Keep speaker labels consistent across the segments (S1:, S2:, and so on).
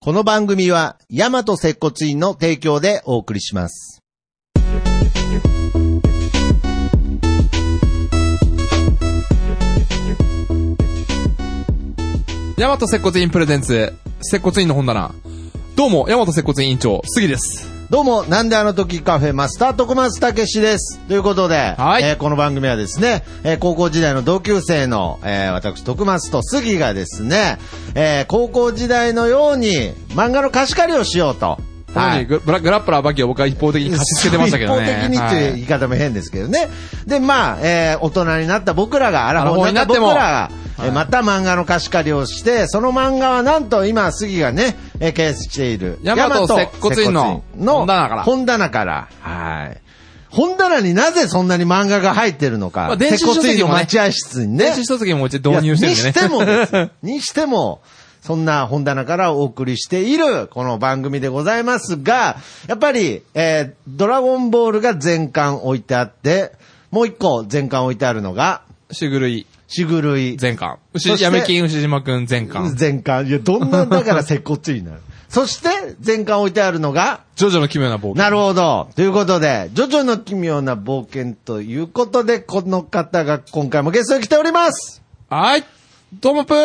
S1: この番組は、ヤマト接骨院の提供でお送りします。
S2: ヤマト接骨院プレゼンツ、接骨院の本棚。どうも、ヤマト接骨院院長、杉です。
S1: どうも、なんであの時カフェマスター、徳松たけしです。ということで、
S2: はい
S1: えーこの番組はですね、えー高校時代の同級生の、えー私、徳松と杉がですね、えー高校時代のように漫画の貸し借りをしようと。
S2: はい、グラグラップラーバキを僕は一方的に貸し付けてましたけどね。
S1: 一方的にっていう言い方も変ですけどね。で、まあ、えー大人になった僕らが、アラフォーになった僕らが、えーまた漫画の貸し借りをして、その漫画はなんと今、杉がね、えー、経営している、
S2: 大和接骨院の
S1: 接骨院の
S2: 本棚から
S1: 本棚から。はい。本棚になぜそんなに漫画が入ってるのか。
S2: まあ電子書籍もね
S1: 接骨院の待合室にね。
S2: 電子書籍もうち導入してるんでね。
S1: いやにしてもです、にしても、そんな本棚からお送りしている、この番組でございますが、やっぱり、えードラゴンボールが全巻置いてあって、もう一個全巻置いてあるのが、
S2: シグルイ、
S1: しぐるい。
S2: 全巻。
S1: そ
S2: 牛、
S1: して
S2: やめ金牛島くん、全巻。
S1: 全巻。いや、どんなんだから接骨院になる。 そして、全巻置いてあるのが、
S2: ジョジョの奇妙な冒険。
S1: なるほど。ということで、ジョジョの奇妙な冒険ということで、この方が今回もゲストに来ております。
S2: はい。どうもぷー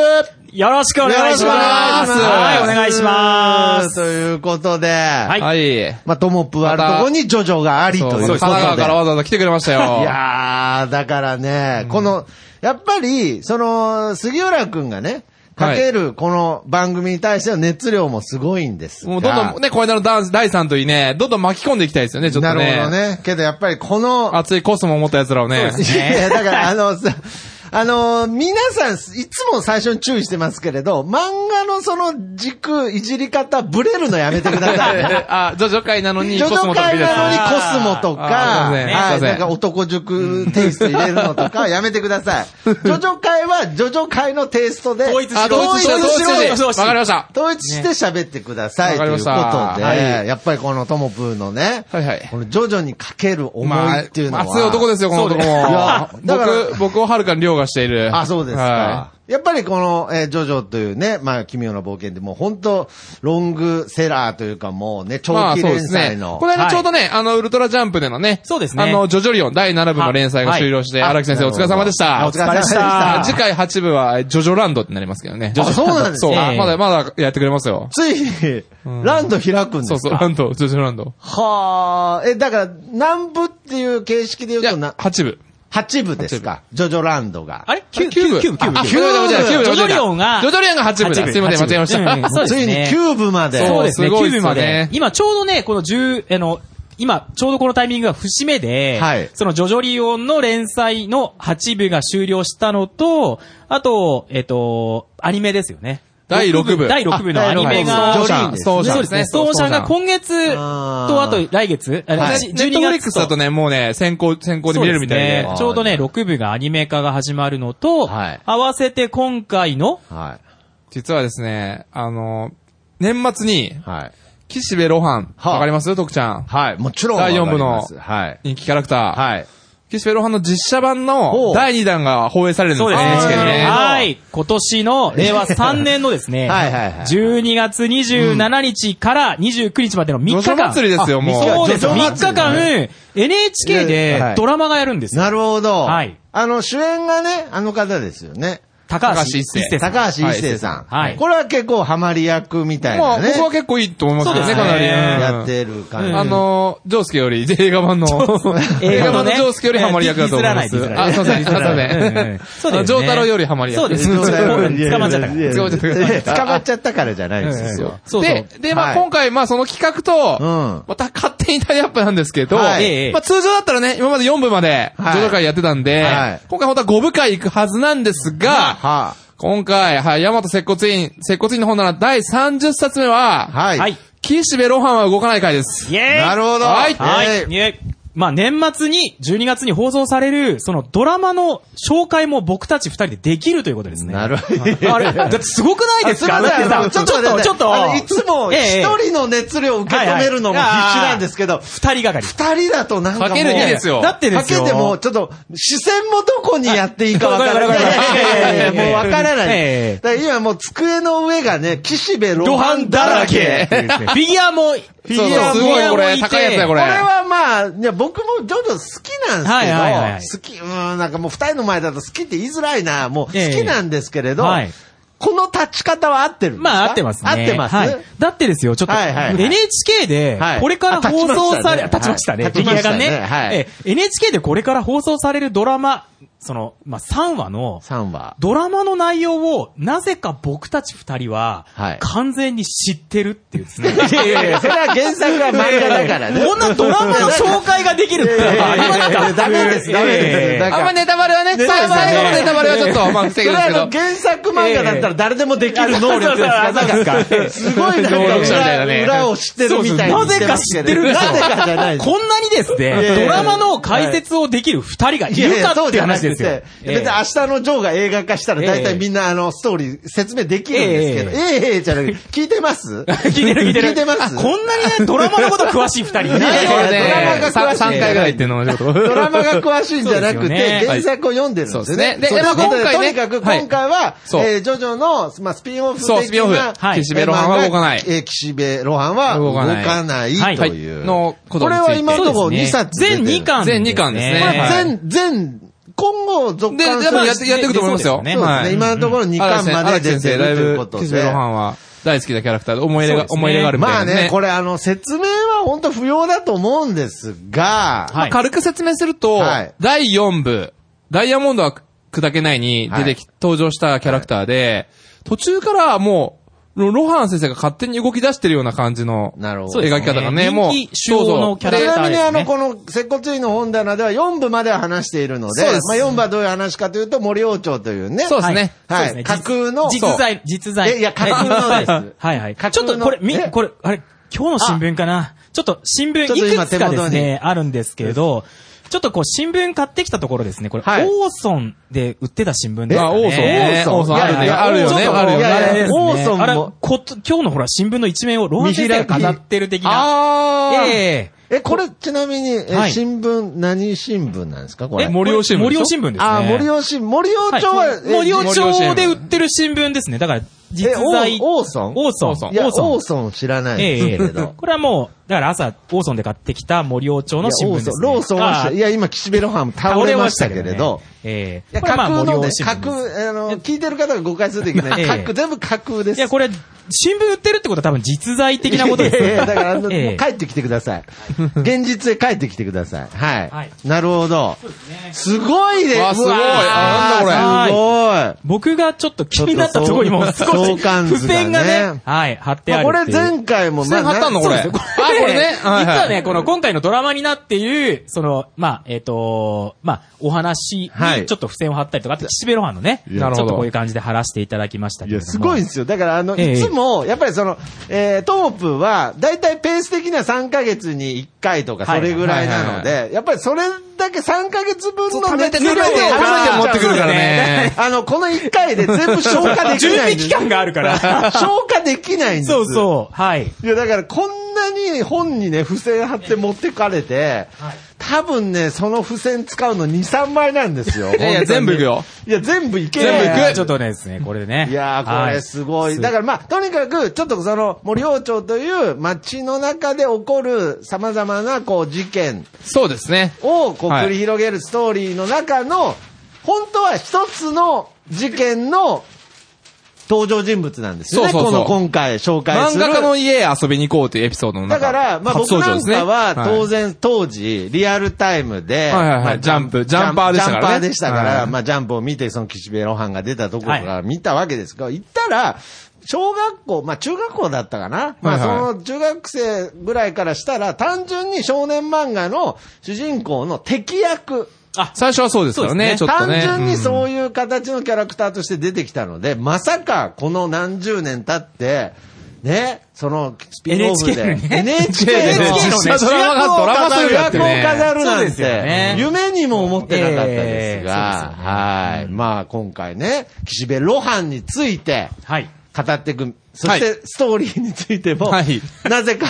S3: よろしくお願いします。
S2: よろしくお願いします
S3: はい、お願いします。
S1: ということで、はい
S2: はい。
S1: まあ、トモプーあるとこにジョジョがありと
S2: そ
S1: いううこ
S2: そう
S1: と
S2: 神
S1: で。
S2: 奈川からわざわざ来てくれましたよ。
S1: いやー、だからね、この、やっぱり、その、杉浦くんがね、かけるこの番組に対しての熱量もすごいんですが。
S2: もうどんどんね、この間のダンス第3といいね、どんどん巻き込んでいきたいですよね、ちょっと
S1: な
S2: ね。
S1: るほど。ね。けどやっぱりこの、
S2: 熱いコスモを持った奴らをね。
S1: いや、だからあの、 さあの、皆さん、いつも最初に注意してますけれど、漫画のその軸、いじり方、ブレるのやめてくださいね。
S2: あ、ジョジョ会なのに
S1: ジョ
S2: コ
S1: ジ
S2: ス
S1: ョ
S2: モとか
S1: 会
S2: 見るやつ
S1: なのにコスモとか、
S2: あー
S1: は
S2: すいませんすいませ
S1: い、
S2: ん
S1: なんか男塾テイスト入れるのとか、やめてくだ さい。ジョジョ会は、ジョジョ会のテイストで、
S3: 統一
S2: あ、
S3: しろ
S2: 同一しろ、同一
S3: 統一しろ
S2: しろ。わかりました。
S1: 統一して喋ってください、
S2: ね
S1: ということで、
S2: わかりましたは
S1: やっぱりこのトモプーのね、
S2: はいはい
S1: このジョジョにかける思いっていうのは、
S2: 熱い男ですよ、この男
S1: いや
S2: も。
S1: だから
S2: 僕、僕をはるかに凌駕している。
S1: あ、そうですか。
S2: は
S1: やっぱりこの、えージョジョというね、まあ、奇妙な冒険でもう本当、ロングセラーというかもうね、
S2: い。
S1: 長
S2: まあ
S1: 期
S2: そうで
S1: 連
S2: す
S1: 載
S2: ね。
S1: の。
S2: この間ちょうどね、あの、ウルトラジャンプでのね、
S3: そうですね
S2: あの、ジョジョリオン第7部の連載が終了して、
S1: はい
S2: 荒木先生
S1: あ
S2: お疲れ様でした。
S1: お疲れ様でし
S3: お疲れ様
S1: た
S3: でし。
S2: 次回8部は、ジョジョランドってなりますけどね。ジョジョ
S1: あそうなんですね
S2: そう。まだ、まだやってくれますよ。
S1: ついに、ランド開くんですか
S2: そうそう、ランド、ジョジョランド。
S1: はあ、え、だから、南部っていう形式で
S2: い
S1: 言
S2: や、
S1: うとな、
S2: 8部。
S1: 8部ですか。ジョジョランドが。
S3: あれキュー
S2: キューブ
S3: キューブキューブ
S2: あ
S3: キュー
S1: ブ
S2: ごめんなさい
S1: キューブ
S2: ごめんなさい
S3: ジョジョリオンが
S2: ジョジョリオンが8部
S3: 八
S2: だ。
S3: 部
S2: すいません、間違えまし
S3: 八部
S2: た。
S3: うんそうです
S1: ついに
S3: ね
S1: 9部まで。
S3: ブそうですね、
S2: すごい
S3: 9
S2: っすね
S3: 部まで。今ちょうどね、この10、あの、今、ちょうどこのタイミングが節目で、
S1: はい
S3: そのジョジョリオンの連載の8部が終了したのと、あと、えっ、と、アニメですよね。
S2: 第六部
S3: 第6部のアニメ
S1: あ
S3: が、
S1: 第六部
S2: ジョジョリオン
S1: そ
S2: そう
S1: う
S2: じ
S1: じ
S2: ゃ
S1: ゃ
S2: ん
S3: そ
S2: そう
S3: う
S2: でね。
S3: ですすね。ソーシャンが
S2: ね
S3: 今月と、あと来月、あ
S1: はい
S2: ネ
S3: 12月
S2: ットフリックスだとね、もうね、先行、先行で見れるみたい
S3: そう
S2: で。
S3: すねちょうどね、6部がアニメ化が始まるのと、
S1: はい
S3: 合わせて今回の、
S1: は
S2: 実はですね、あの、年末に
S1: い。、はい。
S2: 岸辺露伴、
S1: はあ
S2: わかります徳ちゃん。
S1: はい。もちろん。
S2: 第四部の
S1: わかりますはい。
S2: 人気キャラクター。
S1: はい。
S2: 岸辺露伴の実写
S1: ほ
S2: 版の
S1: う
S2: 第2弾が放映されるんですね、NHK でね。
S3: はい。今年の、令和3年ので すね、
S1: はいはいはい
S3: 12月27日から29日までの3
S2: の
S3: 日
S2: 所
S3: 間。
S2: 祭りですよ、もう。
S3: そうです。
S1: ジョジョ祭
S3: 3
S1: り
S3: 日間、NHK
S1: は
S3: で
S1: い
S3: ドラマがやるんですよ。
S1: なるほど。
S3: はい
S1: あの、主演がね、あの方ですよね。
S3: 高
S2: 高
S3: 橋
S2: 橋一
S3: 一
S2: 生
S3: 生さん。
S1: 高橋一生さん。
S3: はい
S1: これは結構ハマり役みたい
S2: まあ、
S1: なね。
S2: 僕は結構いいと思いますけど
S3: そ
S2: ね、
S3: うです
S2: か
S3: ね
S2: なり。うん
S1: やってる感じ。
S2: あの、ジョースケより、 映画版の、映
S3: 映
S2: 画
S3: 画
S2: 版の
S3: 版 の
S2: ジ
S3: ね
S2: ョースケよりハマり役だと思います。
S3: えーディスらない
S2: あ、
S3: デ
S2: すいません、すいません
S3: うんうんそうだよね
S2: ジョー太郎よりハマり役。
S3: そうです
S1: い
S3: ね
S1: やいやいや
S3: 捕まっちゃった
S1: いや
S2: 捕まっちゃった
S3: から
S1: 捕まっちゃったからじゃないんですよ。
S3: そうそう
S2: で、で、ま
S1: は
S2: あ
S1: い
S2: 今回、まあその企画
S1: うん
S2: と、。また勝手にタイアップなんですけど、ま
S1: はい
S3: ええ
S2: あ通常だったらね、今まで4部まで、ジ
S1: はい
S2: ョジョ会やってたんで
S1: はい、
S2: 今回本当は5部会行くはずなんですが、
S1: は
S2: 今回、はい、ヤマト接骨院、接骨院の本なら第30冊目
S1: あ
S2: は、
S1: はい。
S3: はい。
S2: 岸辺露伴は動かない回です。
S3: イェーイ
S1: なるほど。
S2: はい
S3: は
S1: え
S3: い。
S1: ー
S3: イェーイまあ年末に、12月に放送される、そのドラマの紹介も僕たち二人でできるということですね。
S1: なるほど。
S3: あれ、だってすごくないですか
S1: あすいません
S3: だ
S1: あ
S3: っ
S1: の
S3: てさ、ちょっと、ちょっ
S1: あの
S3: と、
S1: いつも
S3: ええ
S1: 一人の熱量を受け止めるのが必死なんですけど、
S3: 二人がかり。
S1: 二人だとなんかもう。
S2: かける二ですよ
S3: だってですよ。
S1: かけても、ちょっと、視線もどこにやっていいかわからな
S3: わかるわかるわか
S1: い
S3: る
S1: いやいやいやいや。もうわからな
S3: ええ
S1: い。だから今もう机の上がね、岸辺露
S3: 露
S1: 伴
S3: 伴
S1: だ
S3: だ
S1: ら
S3: ら
S1: け
S3: け。。フィギュアも、フィ
S2: そうそうすごいこれ、高いやつだよ、こ
S1: これ
S2: れ。
S1: はまあ、いや、僕もジョジョ好きなん
S3: はいはいはい
S1: ですけど、好き、うーん、なんかもう二人の前だと好きって言いづらいな、もう好
S3: ええ
S1: きなんですけれど、
S3: はい
S1: この立ち方は合ってるんですか
S3: まあ合ってますね。
S1: 合ってます、
S3: はい。だってですよ、ちょっと、
S1: はいはいはい
S3: NHK で
S1: はい、
S3: これから放送され、
S1: あ
S3: 立ちましたね、
S1: 立ち
S3: フィギ
S1: ま
S3: ュア
S1: した
S3: が
S1: ね
S3: ね。
S1: はい
S3: ええ NHK でこれから放送されるドラマ、その、まあ、3話の、
S1: 3話。
S3: ドラマの内容を、なぜか僕たち二人は
S1: はい、
S3: 完全に知ってるっていうですね。
S1: いやいやいや、それは原作 は漫画だから ね。
S3: こんなドラマの紹介ができるってありますか
S1: ダメです、ダメです。だ
S2: あ
S1: か
S2: ん
S1: ら
S2: まネタバレはね、最後のネタバレはちょっと、まあ、
S1: そ
S2: 防
S1: れ
S2: ぐんです
S1: はあ
S2: けど
S1: の。原作漫画だったら誰でもできる能力ですから、
S3: そうそうそ
S1: な
S3: う
S1: んかすごいなんか
S2: 能力者みたいな
S1: 裏
S2: ね
S1: 裏を知ってるみたいに言
S3: な
S1: っ
S3: ぜ
S1: て
S3: か
S1: ます
S3: 知
S1: け
S3: って
S1: れど
S3: る
S1: なぜかじゃないです
S3: こんなにです
S1: いやい
S3: ね、
S1: や
S3: ドラマの解説をできる二人がい
S1: いやい
S3: る
S1: や、
S3: か
S1: そ
S3: っ
S1: うじ
S3: ていう
S1: ゃな
S3: 話
S1: くて
S3: ですよ。
S1: 別に明日のジョーが映画化したら大体みんなあの、ストーリー説明できるんですけど、
S3: え
S1: ええええじゃ なくて、聞いてます
S3: 聞いてる聞いてる。
S1: 聞いてます
S3: あこんなにね、ドラマのこと詳しい二人い
S1: いや
S3: ないい
S1: や
S3: よ。
S1: いや ドラマが詳しい
S2: さ三回ぐらい言ってんの、ちょっと。
S1: ドラマが詳しいんじゃなく
S3: そ
S1: て、
S3: うですよね
S1: 原作を読んでるんですね。
S2: はいそうですねで
S1: ということ
S2: まあ今回ね
S1: とにかく今回は、
S2: そう
S1: えージョジョの、まあ、スピンオフ的な。
S2: そうスピンオフ
S1: はい
S2: 岸辺露伴は動かない
S1: えー岸辺露伴は動
S2: 動
S1: か
S2: か
S1: な
S2: ないい
S3: はい
S1: という。
S2: のこと
S1: こ
S2: につ
S1: れ
S2: いて
S1: は今のところ2冊出てる
S3: 全2巻。
S2: 全二巻ですね
S1: これ
S2: はい
S1: 全、全、今後続
S2: で、や
S1: 刊
S2: っ
S1: する
S2: ぱやって、やっていくと思いますよ。
S3: そうです
S1: そうです
S2: は
S1: ね。
S2: い
S1: 今のところ2巻まで出
S2: 荒木
S1: て
S2: 先生、
S1: ると
S2: だい
S1: いうこ
S2: ぶ、
S1: と
S2: キスベロ
S1: で
S2: ハ。ンは大好きなキャラクターで思い入れ
S3: そう
S2: が、
S3: ですね
S2: 思い入れがあるみ
S1: ま
S2: た
S1: あ
S2: いな
S1: ね
S2: ね、。
S1: これあの、説明は本当不要だと思うんですが、
S3: はい
S2: 軽く説明すると
S1: はい、
S2: 第4部、ダイヤモンドは砕けないに出てき、登場したキャラクターで、途中からもう、ロロハン先生が勝手に動き出してるような感じの、
S1: なるほど
S2: 描き方がね、
S3: 人気
S2: もう、
S3: 主要のキャラク
S1: ち
S3: ター
S1: なみにあの、
S3: ですね
S1: この、接骨院の本棚では4部までは話しているので、
S2: そうです
S1: まあ4部はどういう話かというと、森王朝というね。
S2: そうですね。
S1: はい
S3: そうですね
S1: 架空の
S3: 実在、実在。
S1: えいや架空のです
S3: はいはいはい。
S1: 架
S3: ちょ
S1: 空
S3: っ
S1: の
S3: とこれ、み
S1: え、
S3: これ、あれ、今日の新聞かなちょっと新聞い
S1: ちょっと今
S3: くつかです
S1: 手元に
S3: ね、あるんですけれど、ちょっとこう新聞買ってきたところですね、これ、
S1: はい
S3: オーソンで売ってた新聞
S1: え
S3: です
S2: あオーソンね
S1: オーソン
S2: オーソンある
S1: い
S2: ね
S1: やいや
S2: あるよ
S1: オー
S2: ね
S1: ソン
S2: あるよね
S1: いやいや
S3: ですね
S1: オーソン
S3: あれ
S1: も。
S3: こと今日のほら、新聞の一面をロハン先生が飾ってる的な。
S2: あー
S3: ええ
S1: え、これちなみに、え
S3: はい
S1: 新聞、何新聞なんですかこれ。
S3: え
S2: 森尾新聞でしょ
S3: 森尾新聞ですね。
S1: あー、森尾新聞、森尾
S3: はい
S1: 町は、え
S3: 森尾
S2: 森尾
S3: 町で売ってる新聞ですね。だから、実在。
S1: えオーオーソン
S3: オーソン。
S2: オーソン
S1: いや、オ
S3: ン
S1: ーソン知らない
S3: え
S1: ですけ
S3: え
S1: れど。いや
S3: これはもう、だから朝、オーソンで買ってきた森尾町の新聞
S1: オー
S3: です、
S1: ソ
S3: ね
S1: ン。ローソンは
S3: あ
S1: し、いや、今、岸辺露伴も倒れましたけれど。。
S3: え
S1: い
S3: え
S1: や、架空のね、架
S3: 新聞です
S1: 空、あの、聞いてる方が誤解するといけない。
S3: ええ
S1: 架空、全部架空です。
S3: いや、これ、新聞売ってるってことは多分実在的なことです
S1: いやい
S3: ね。
S1: やだから、あの
S3: ええ
S1: もう帰ってきてください。現実へ帰ってきてください。はい。
S3: はい
S1: なるほど。すごいね。
S2: わあすごいうあなんだこれ
S1: あーすごい。
S3: 僕がちょっと気になったところにも
S1: ちょ
S3: 少
S1: っと相
S3: し、
S1: 関図
S3: 不
S1: がね
S3: 便がね、はい、貼って
S1: ま
S3: あ
S1: あ、
S3: る
S1: これ
S3: っていう。
S1: 前回も、
S2: それ貼ったのこ れ。あ、
S1: な
S2: これね。
S3: 実
S2: はい
S3: は
S2: はい
S3: ね、この今回のドラマになっている、その、まあ、えっ、と、まあ、お話
S1: はい
S3: にちょっと付箋を貼ったりとか、あと、岸辺露伴のね、
S2: なるほど
S3: ちょっとこういう感じで貼らせていただきましたけ
S1: い
S3: れど
S1: や、
S3: も。
S1: すごいんですよ。だから、あの、
S3: ええ
S1: いつも、やっぱりその、えー、トープは、だいたいペース的には3ヶ月に1回とか、
S3: は
S1: そ
S3: い
S1: れぐらいなの
S2: は
S1: で、やっぱりそれだけ3ヶ月分の
S2: 貯めて、
S1: 熱
S2: 貯
S1: 量
S2: めて、
S1: を
S2: 貯めて持ってくるからね。
S1: あの、この1回で全部消化でき
S3: 準
S1: ない
S3: 備
S1: んです。
S3: 期間があるから。
S1: 消化できないんです。
S3: そうそう、はい。
S1: いや、だからこんなに本にね、付箋貼って持ってかれて、多分ね、その付箋使うの2、3倍なんです よ。
S2: いやいや
S1: 本当に
S2: 全部いくよ。
S1: いや、全部いけ
S2: 全部いく
S1: い
S3: ちょっとね、ですね、これでね。
S1: いやー、これすごい。だからまあ、とにかく、ちょっとその、森王町という街の中で起こる様々な、こう、事件
S2: そうですね。
S1: を、こう、
S2: はい
S1: 繰り広げるストーリーの中の、本当は一つの事件の登場人物なんですよね。
S2: そうそうそう
S1: この今回紹介す
S2: 漫
S1: る。
S2: 画家の家へ遊びに行こうというエピソードの
S1: だ
S2: 中。
S1: から、まあ
S2: 初
S1: 僕
S2: 登
S1: な
S2: 場
S1: ん
S2: ですね
S1: かは当
S2: い
S1: 然、当時、リアルタイムで、
S2: はいはいはい
S1: まあ
S2: ジャンプジャンパーでし
S1: ジ
S2: たからね
S1: ャンパーでしたから
S2: はい
S1: まあジャンプを見て、その岸辺露伴が出たところから見たわけですが、行ったら、小学校、まあ中学校だったかな、まあ
S2: はいは
S1: その中学生ぐらいからしたら、単純に少年漫画の主人公の敵役、
S3: あ、
S2: 最初はそうですからね、ち
S3: そ
S2: ょっと
S1: 単
S2: ね。
S1: 純に
S2: うん
S1: そういう形のキャラクターとして出てきたので、まさかこの何十年経って、ね、その、スピンオフで。
S3: NHK のね
S1: NHK で
S3: NHK のね
S1: 実写ドラマがドラマ主役を飾るなん
S3: そうですよ
S1: て
S3: ね、
S1: 夢にも思ってなかったですが、
S3: ええそうですよね
S1: はい。まあ今回ね、岸辺露伴について
S3: はい。
S1: 語っていく、そしてストーリーについても、
S2: はい
S1: なぜか、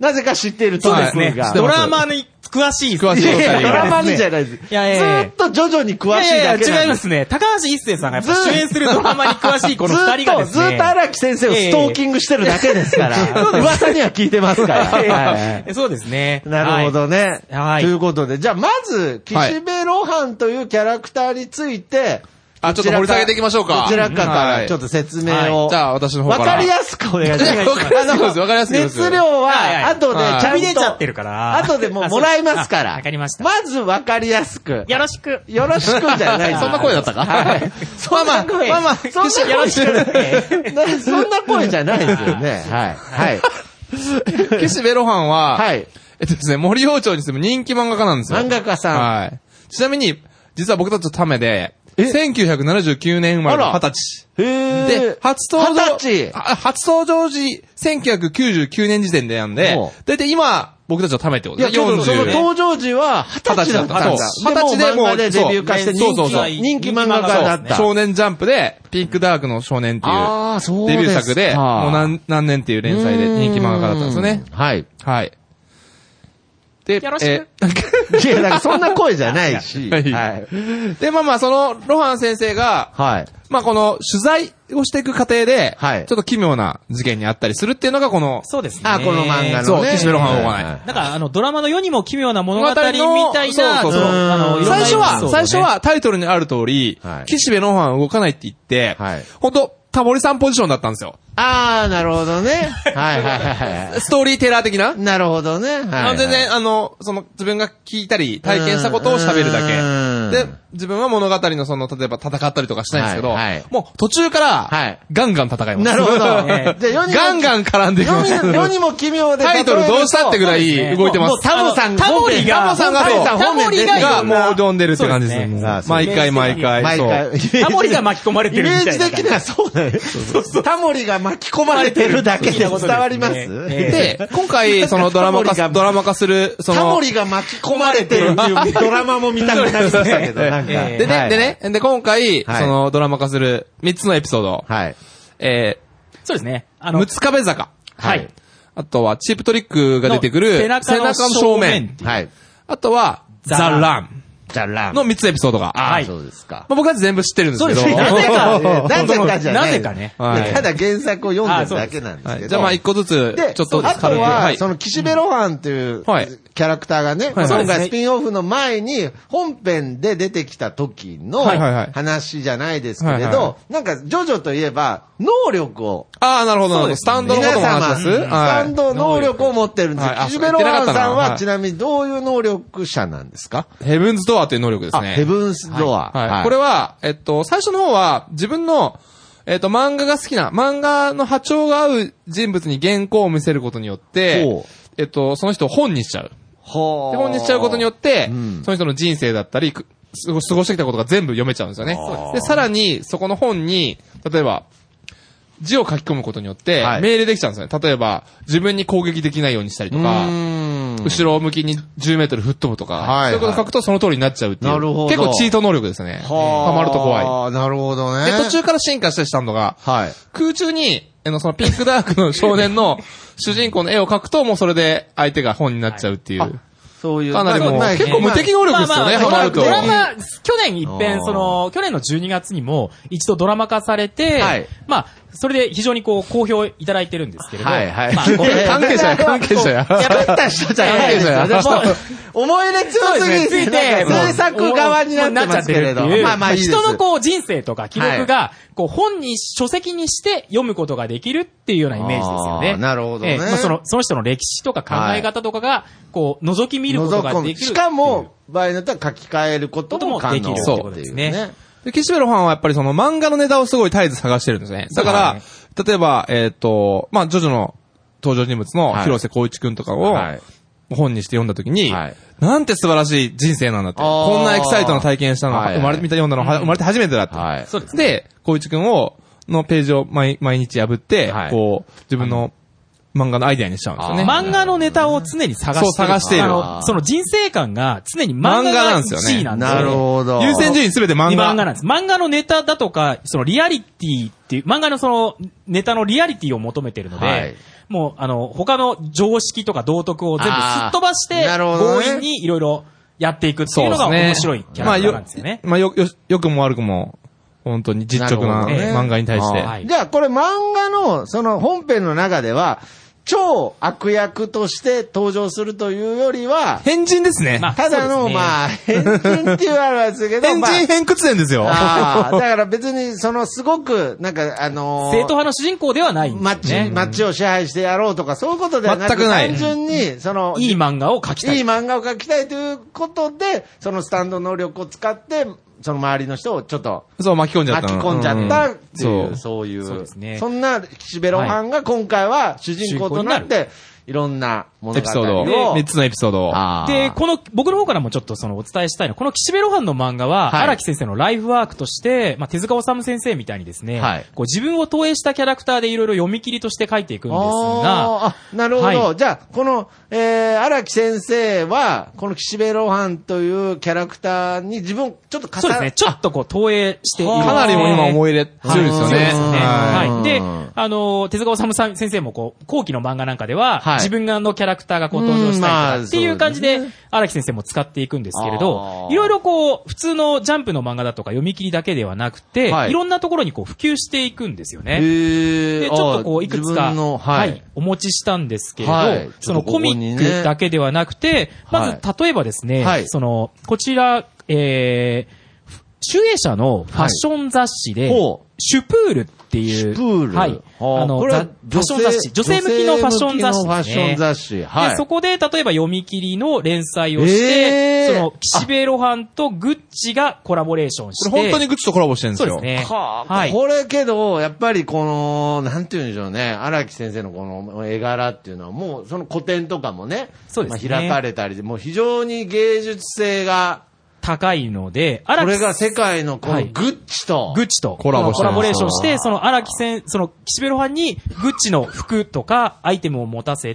S1: なぜか知っているト
S3: そう
S1: ム
S3: ですね
S1: 君が。。
S3: ドラマに詳しい。
S2: 詳し
S1: い
S2: い
S1: やい
S2: お二
S1: や
S2: 人
S1: ド
S2: が
S1: ラマにじゃないです。
S3: いやいやいや
S1: ずっと徐々に詳
S3: 詳
S1: し
S3: し
S1: い
S3: い
S1: だけ
S3: 違い
S1: なんで
S3: ま
S1: す。
S3: すね。高橋一生さんがやっぱ
S1: ず
S3: 主演するドラマに詳しいこの二人がです
S1: ず
S3: ね。
S1: っと、ずっと荒木先生をストーキングしてるだけです から、噂には聞いてますから。はいはい
S3: そうですね。
S1: なるほどね。
S3: はい
S1: ということで、じゃあまず、岸辺露伴というキャラクターについて、
S2: あ、ちょっと掘り下げていきましょうか。
S1: こちらかからちょっ
S2: っ
S1: と説明を。
S2: じゃあ、私の方
S1: わ
S2: から。
S1: かりやすくお願いします。
S2: いやわかりやすいですわかりやすいです
S1: 熱量
S3: はいはい
S1: は、後で
S2: はい
S1: ちゃんと。
S3: はみ出ちゃってるから
S1: 後でもうもらいますから。
S3: あわかりました
S1: まずわかりやすく。
S3: よろしく。
S1: よろしくじゃない。
S2: そんな声だったか
S1: はい。そんな声。
S3: まあまあ
S1: そんな声じゃ ない。そんな声じゃないですよね。はい。はい。
S2: 岸辺露伴は、
S1: はい。
S2: えっとですね、森王町に住む人気漫画家なんですよ。
S1: 漫画家さん。
S2: はい。ちなみに、実は僕たちのためで、
S1: え
S2: 1979年生まれの
S1: あら
S2: 二十歳。
S1: へー
S2: で、初登
S1: 二
S2: 場。
S1: 十歳。
S2: あ初登場時、1999年時点でなんで
S1: おう、
S2: だいたい今、僕たちのためってこ
S1: い
S2: と
S1: や、
S2: で
S1: け
S2: すね。
S1: ど、その
S2: 40。
S1: 登場時は二十歳だったんだ。
S2: 二十歳だったそう
S1: でもう漫画で
S2: 二十歳でも
S1: デ
S2: う
S1: ビュー化して
S2: そ
S1: 人
S2: うそうそう
S1: 気、人気漫画家だった。
S2: 少年ジャンプで、ピンクダークの少年っていう、
S1: ああ、そう
S2: デ
S1: ですか
S2: ビュー作で、もう何何年っていう連載で人気漫画家だったんですよね
S1: う。ーんはい。
S2: はい。で、
S3: よろしく
S2: え
S1: いや、だからそんな声じゃないし。
S2: は
S1: はいい。はい。
S2: ーで、まあまあ、その、ロハン先生が、
S1: はい。
S2: まあこの、取材をしていく過程で、
S1: はい
S2: ちょっと奇妙な事件にあったりするっていうのが、この、
S3: そうですね。
S1: あ、この漫画
S2: そ
S1: の
S2: う
S1: ね。
S2: 岸辺露伴を追わない
S1: は
S3: だから、あの、ドラマの世にも奇妙な物語みたいな、
S2: そうそうそう
S3: あの、いろんな
S2: 最初
S3: エピソード
S2: は、
S3: ね
S2: 最初、はタイトルにある通り、
S1: はい
S2: 岸辺露伴は動かないって言って、
S1: はい
S2: ほんと、タモリさんポジションだったんですよ。
S1: ああ、なるほどね。はいはいはいは
S2: ストーリーテラー的な。
S1: い。なるほどね。はいはい。
S2: あの全然、あの、その、自分が聞いたり、体験したことを喋るだ
S1: うん
S2: け。で、自分は物語のその、例えば戦ったりとかしたいんですけど、
S1: はいはい
S2: もう途中か
S1: は
S2: ら
S1: い、
S2: ガンガン戦います。
S1: なるほど。じゃあ 世にも
S2: ガンガン絡んできます。
S1: 世に世にも奇妙で。
S2: タイトルどうしたってぐら
S1: い。
S2: い動いてま
S1: もう
S2: す。
S1: タモさん
S3: タモリが
S2: タモさんが、
S1: タモさん
S2: そう
S1: 本編です
S2: が、
S1: が
S2: もう読んでるって感じ
S3: そう
S2: で
S3: です
S1: ね
S2: す。毎回毎回。
S1: 毎
S2: そう
S1: 回。
S3: タモリが巻き込まれてるみたいな
S1: イメージ的にはそうだね。タモリが巻き込まれてるだけで伝わります
S3: そういうことですねええ
S2: で、今回、そのドラマ化、ドラマ化する、その、
S1: タモリが巻き込まれてるっていうドラマも見たくなりましたけど、なんか。
S3: ええ
S2: でね、でね、で、今回、
S1: はい
S2: その、ドラマ化する3つのエピソード。
S1: はい。
S2: え
S3: そうですね。あ
S2: ー、
S3: の
S2: 六、壁坂。
S1: はい。
S2: あとは、チープトリックが出てくる、
S3: の背中の正面。
S1: はい。
S2: あとは、
S3: ザ
S2: ザ・ラン
S1: じゃあ、ラン。
S2: の3つエピソードが。
S1: あ
S2: ま
S1: あ、
S3: はい
S1: そうですか。
S2: あ僕は全部知ってるんですけど。
S3: そうですねなぜか
S1: ええ なぜかじゃない。
S3: なぜかね
S2: はい
S1: ただ原作を読んでるだけなんです
S2: は
S1: けど。
S2: いじゃあまあ一個ずつ、
S1: で、
S2: ちょっと
S1: あ
S2: ず
S1: と
S2: つ軽く。は
S1: は、
S2: い。
S1: その、岸辺露伴という
S2: はい
S1: キャラクターがね、
S2: はい
S1: 今
S3: そうです
S1: 回
S3: ね
S1: スピンオフの前に、本編で出てきた時の
S2: はいはいはい
S1: 話じゃないですけ
S2: はい
S1: れ
S2: はいは
S1: ど、なんか、ジョジョといえば、能力を、
S2: ああ、なるほど、なるほど。スタンドのこ
S1: 皆
S2: とも
S1: 様、
S2: 話します
S1: スタンド能力を持ってるんですよ
S2: はいあ
S1: 岸辺露伴さん
S2: 言ってなかったな
S1: は、
S2: はい
S1: ちなみにどういう能力者なんですか
S2: ヘブンズ・ドアという能力です
S1: あ、
S2: ね。
S1: ヘブンスドア。
S2: はい。これは、えっと、最初の方は、自分の、えっと、漫画が好きな、漫画の波長が合う人物に原稿を見せることによって
S1: ほう、
S2: えっと、その人を本にしちゃう。
S1: ほ
S2: で、本にしちゃうことによ
S1: っ
S2: って、
S1: うん
S2: その人の人生だったり、く過ご過ごしてきたことが全部読めちゃうんですよね
S1: あ。ー
S2: で、さらに、そこの本に、例えば、字を書き込むことによって
S1: は、い
S2: 命令できちゃうんですよね。例えば、自分に攻撃できないようにしたりとか、後
S1: 後
S2: ろ向きに10メートル吹っ飛ぶとか、
S1: はい
S2: そういうこと書くとその通りになっちゃうっていう。
S1: なるほど
S2: 結構チート能力ですね。ハマると怖
S1: い。なるほど
S2: い。
S1: ね。
S2: で、途中から進化してしたのが、
S1: はい。
S2: 空中に、あの、そのピンクダークの少 年の主人公の絵を描くと、もうそれで相手が本になっちゃうっていう。
S1: そういう。
S2: かなりもう、
S1: まあ
S2: 結構無敵能力ですよね、
S1: まあ
S2: ハ
S1: まあ
S2: マると
S1: ま
S3: ド。
S1: あ
S3: ラマ、去年一
S1: あ
S3: 遍、
S1: ー
S3: その、去年の12月にも、一度ドラマ化されて、
S1: はい
S3: まあ、それで非常にこう、好評いただいてるんですけれど、
S1: はいはい。
S3: まあ、こう
S2: 関係者や関係者や
S1: 喋った人じゃないですよ。
S2: 関係者や
S1: でも思い入れ強すぎて、なんか制作側になってますけれど。まあまあいいです。
S3: 人のこう人生とか記録が、こう本に、書籍にして読むことができるっていうようなイメージですよ
S1: あー
S3: ね。
S1: なるほどね
S3: ええまあその、その人の歴史とか考え方とかが、こう、覗き見ることが
S1: 覗
S3: で
S1: き
S3: き
S1: 込
S3: る。
S1: むしか、も、場合によっては書き換えることも可能
S3: こともできる
S2: って
S1: そ
S2: こ
S1: う
S3: と
S1: って
S3: で
S1: い
S3: す
S1: う
S3: ね
S1: ね。
S2: で、岸辺露伴はやっぱりその漫画のネタをすごい絶えず探してるんですね。だから、例えば、えっ、と、まあ、ジョジョの登場人物の
S1: はい
S2: 広瀬光一くんとかを
S1: はい
S2: 本にして読んだ時に、
S1: はい
S2: なんて素晴らしい人生なんだって。
S1: あー
S2: こんなエキサイトな体験したのは、
S1: はいはい
S2: 生まれてみた読んだのは、生まれて初めてだって。
S1: はい
S2: で、光一くんを、のページを毎毎日破って、
S1: はい
S2: こう、自分の漫画のアイデアにしちゃうんですよね。
S3: 漫画のネタを常に探してる。
S2: そう探している
S3: あの、その人生観が常に漫画
S2: 漫画な
S3: が
S2: んですよね
S3: 1位なんで。
S1: なるほど。
S2: 優先順位すべて漫
S3: 漫
S2: 画。
S3: 画なんです。漫画のネタだとか、そのリアリティっていう、漫画のそのネタのリアリティを求めてるので、
S1: はい
S3: もう、あの、他の常識とか道徳を全部すっ飛ばして、
S1: あーなるほど
S3: 強
S1: ね
S3: 引にいろいろやっていくっていうのが面白いキャラクターなんですよね。
S2: まあ、よ、まあよ、よ、よくも悪くも、本当に実直な
S1: なるほどね
S2: 漫画に対して。
S1: あー
S3: はい
S1: じゃあ、これ漫画の、その本編の中では、超悪役として登場するというよりは、
S2: 変人ですね。
S3: まあ
S1: ただ
S3: そ
S1: の、
S3: うですね
S1: まあ、変人って言われますけど、
S2: 変
S1: まあ
S2: 人偏屈伝ですよ。
S1: ああ、だから別に、そのすごく、なんか、あのー
S3: 正統派の主人公ではないん
S1: マッ
S3: です
S1: チ、
S3: よね。
S1: マッチを支配してやろうとか、そういうことではな
S2: 全
S1: く、
S2: くない
S1: 単純に、その、
S3: いい漫画を描きたい。
S1: いい漫画を描きたいということで、そのスタンド能力を使って、その周りの人をちょっと
S2: そう、巻き込んじゃった
S1: 巻
S2: の。
S1: き込んじゃったっ
S2: ん
S1: ていう、
S2: そう。
S1: そういう。
S3: そうですね
S1: そんな岸辺露伴が今回は主人公となって、い、ろんな物
S2: エピ
S1: 語
S2: ソード
S1: を。
S2: を。3つのエピソードを。
S1: あー
S3: で、この、僕の方からもちょっとそのお伝えしたいのは、この岸辺露伴の漫画は、
S1: はい
S3: 荒木先生のライフワークとして、まあ、手塚治虫先生みたいにですね、
S1: はい
S3: こう自分を投影したキャラクターでいろいろ読み切りとして書いていくんですが、
S1: あーあなるほど。
S3: は
S1: じゃあ、この、えー、荒木先生は、この岸辺露伴というキャラクターに自分をちょっと重
S3: そうですね、ちょっとこう投影している
S2: かなりもう今思
S3: い
S2: い入れ強いですよ
S3: そう
S2: ね。
S3: ですね。
S2: はい
S1: は
S3: はいい。で、あの、手塚治虫さん先生もこう、後期の漫画なんかでは、
S1: はい
S3: 自分側のキャラクターがこう登場
S1: うん
S3: したりと
S1: まあ
S3: かっていう感じ
S1: そう
S3: で
S1: です、
S3: 荒木先生も使っていくんですけれ
S1: あ
S3: ど、
S1: ー
S3: いろいろこう、普通のジャンプの漫画だとか読み切りだけではなくて、
S1: はい
S3: いろんなところにこう普及していくんですよね。
S1: で
S3: で、ちょっとこう、いくつか、
S1: の、
S3: は、
S1: はいい。
S3: お持ちしたんですけれど、
S1: はい
S3: そのコミッ
S1: ちょっとここにね
S3: クだけではなくて、
S1: はい
S3: まず、例えばですね、
S1: はい
S3: その、こちら、えー、集英社のファッション雑誌で、
S1: ほう
S3: シュプールっていう、
S1: シュプール
S3: はい、
S1: はあ
S3: あの、
S1: これ
S3: ざ
S1: は
S3: ファッション雑誌、女性向きのファッション雑
S1: 女性向
S3: 誌
S1: きのファッ
S3: です
S1: ショ
S3: ね
S1: ン。雑誌。はい。
S3: で、そこで、例えば読み切りの連載をして、
S1: えー
S3: その、岸辺露伴とグッチがコラボレーションして、
S2: これ本当にグッチとコラボしてるんです
S3: そう
S2: よ。
S3: ですね。
S1: はあ、
S3: はい
S1: これけど、やっぱりこの、なんて言うんでしょうね、荒木先生のこの絵柄っていうのは、もうその古典とかもね、
S3: そうですね
S1: まあ、開かれたりで、もう非常に芸術性が、
S3: 高いので、荒
S1: こ
S3: 木
S1: れが世界のこ
S3: は
S1: の
S3: い
S1: グッチと、
S3: グッチと
S2: コラボして
S3: コ
S2: ます
S3: ラボレーションして、その荒木先、その岸辺露伴にグッチの服とかアイテムを持たせ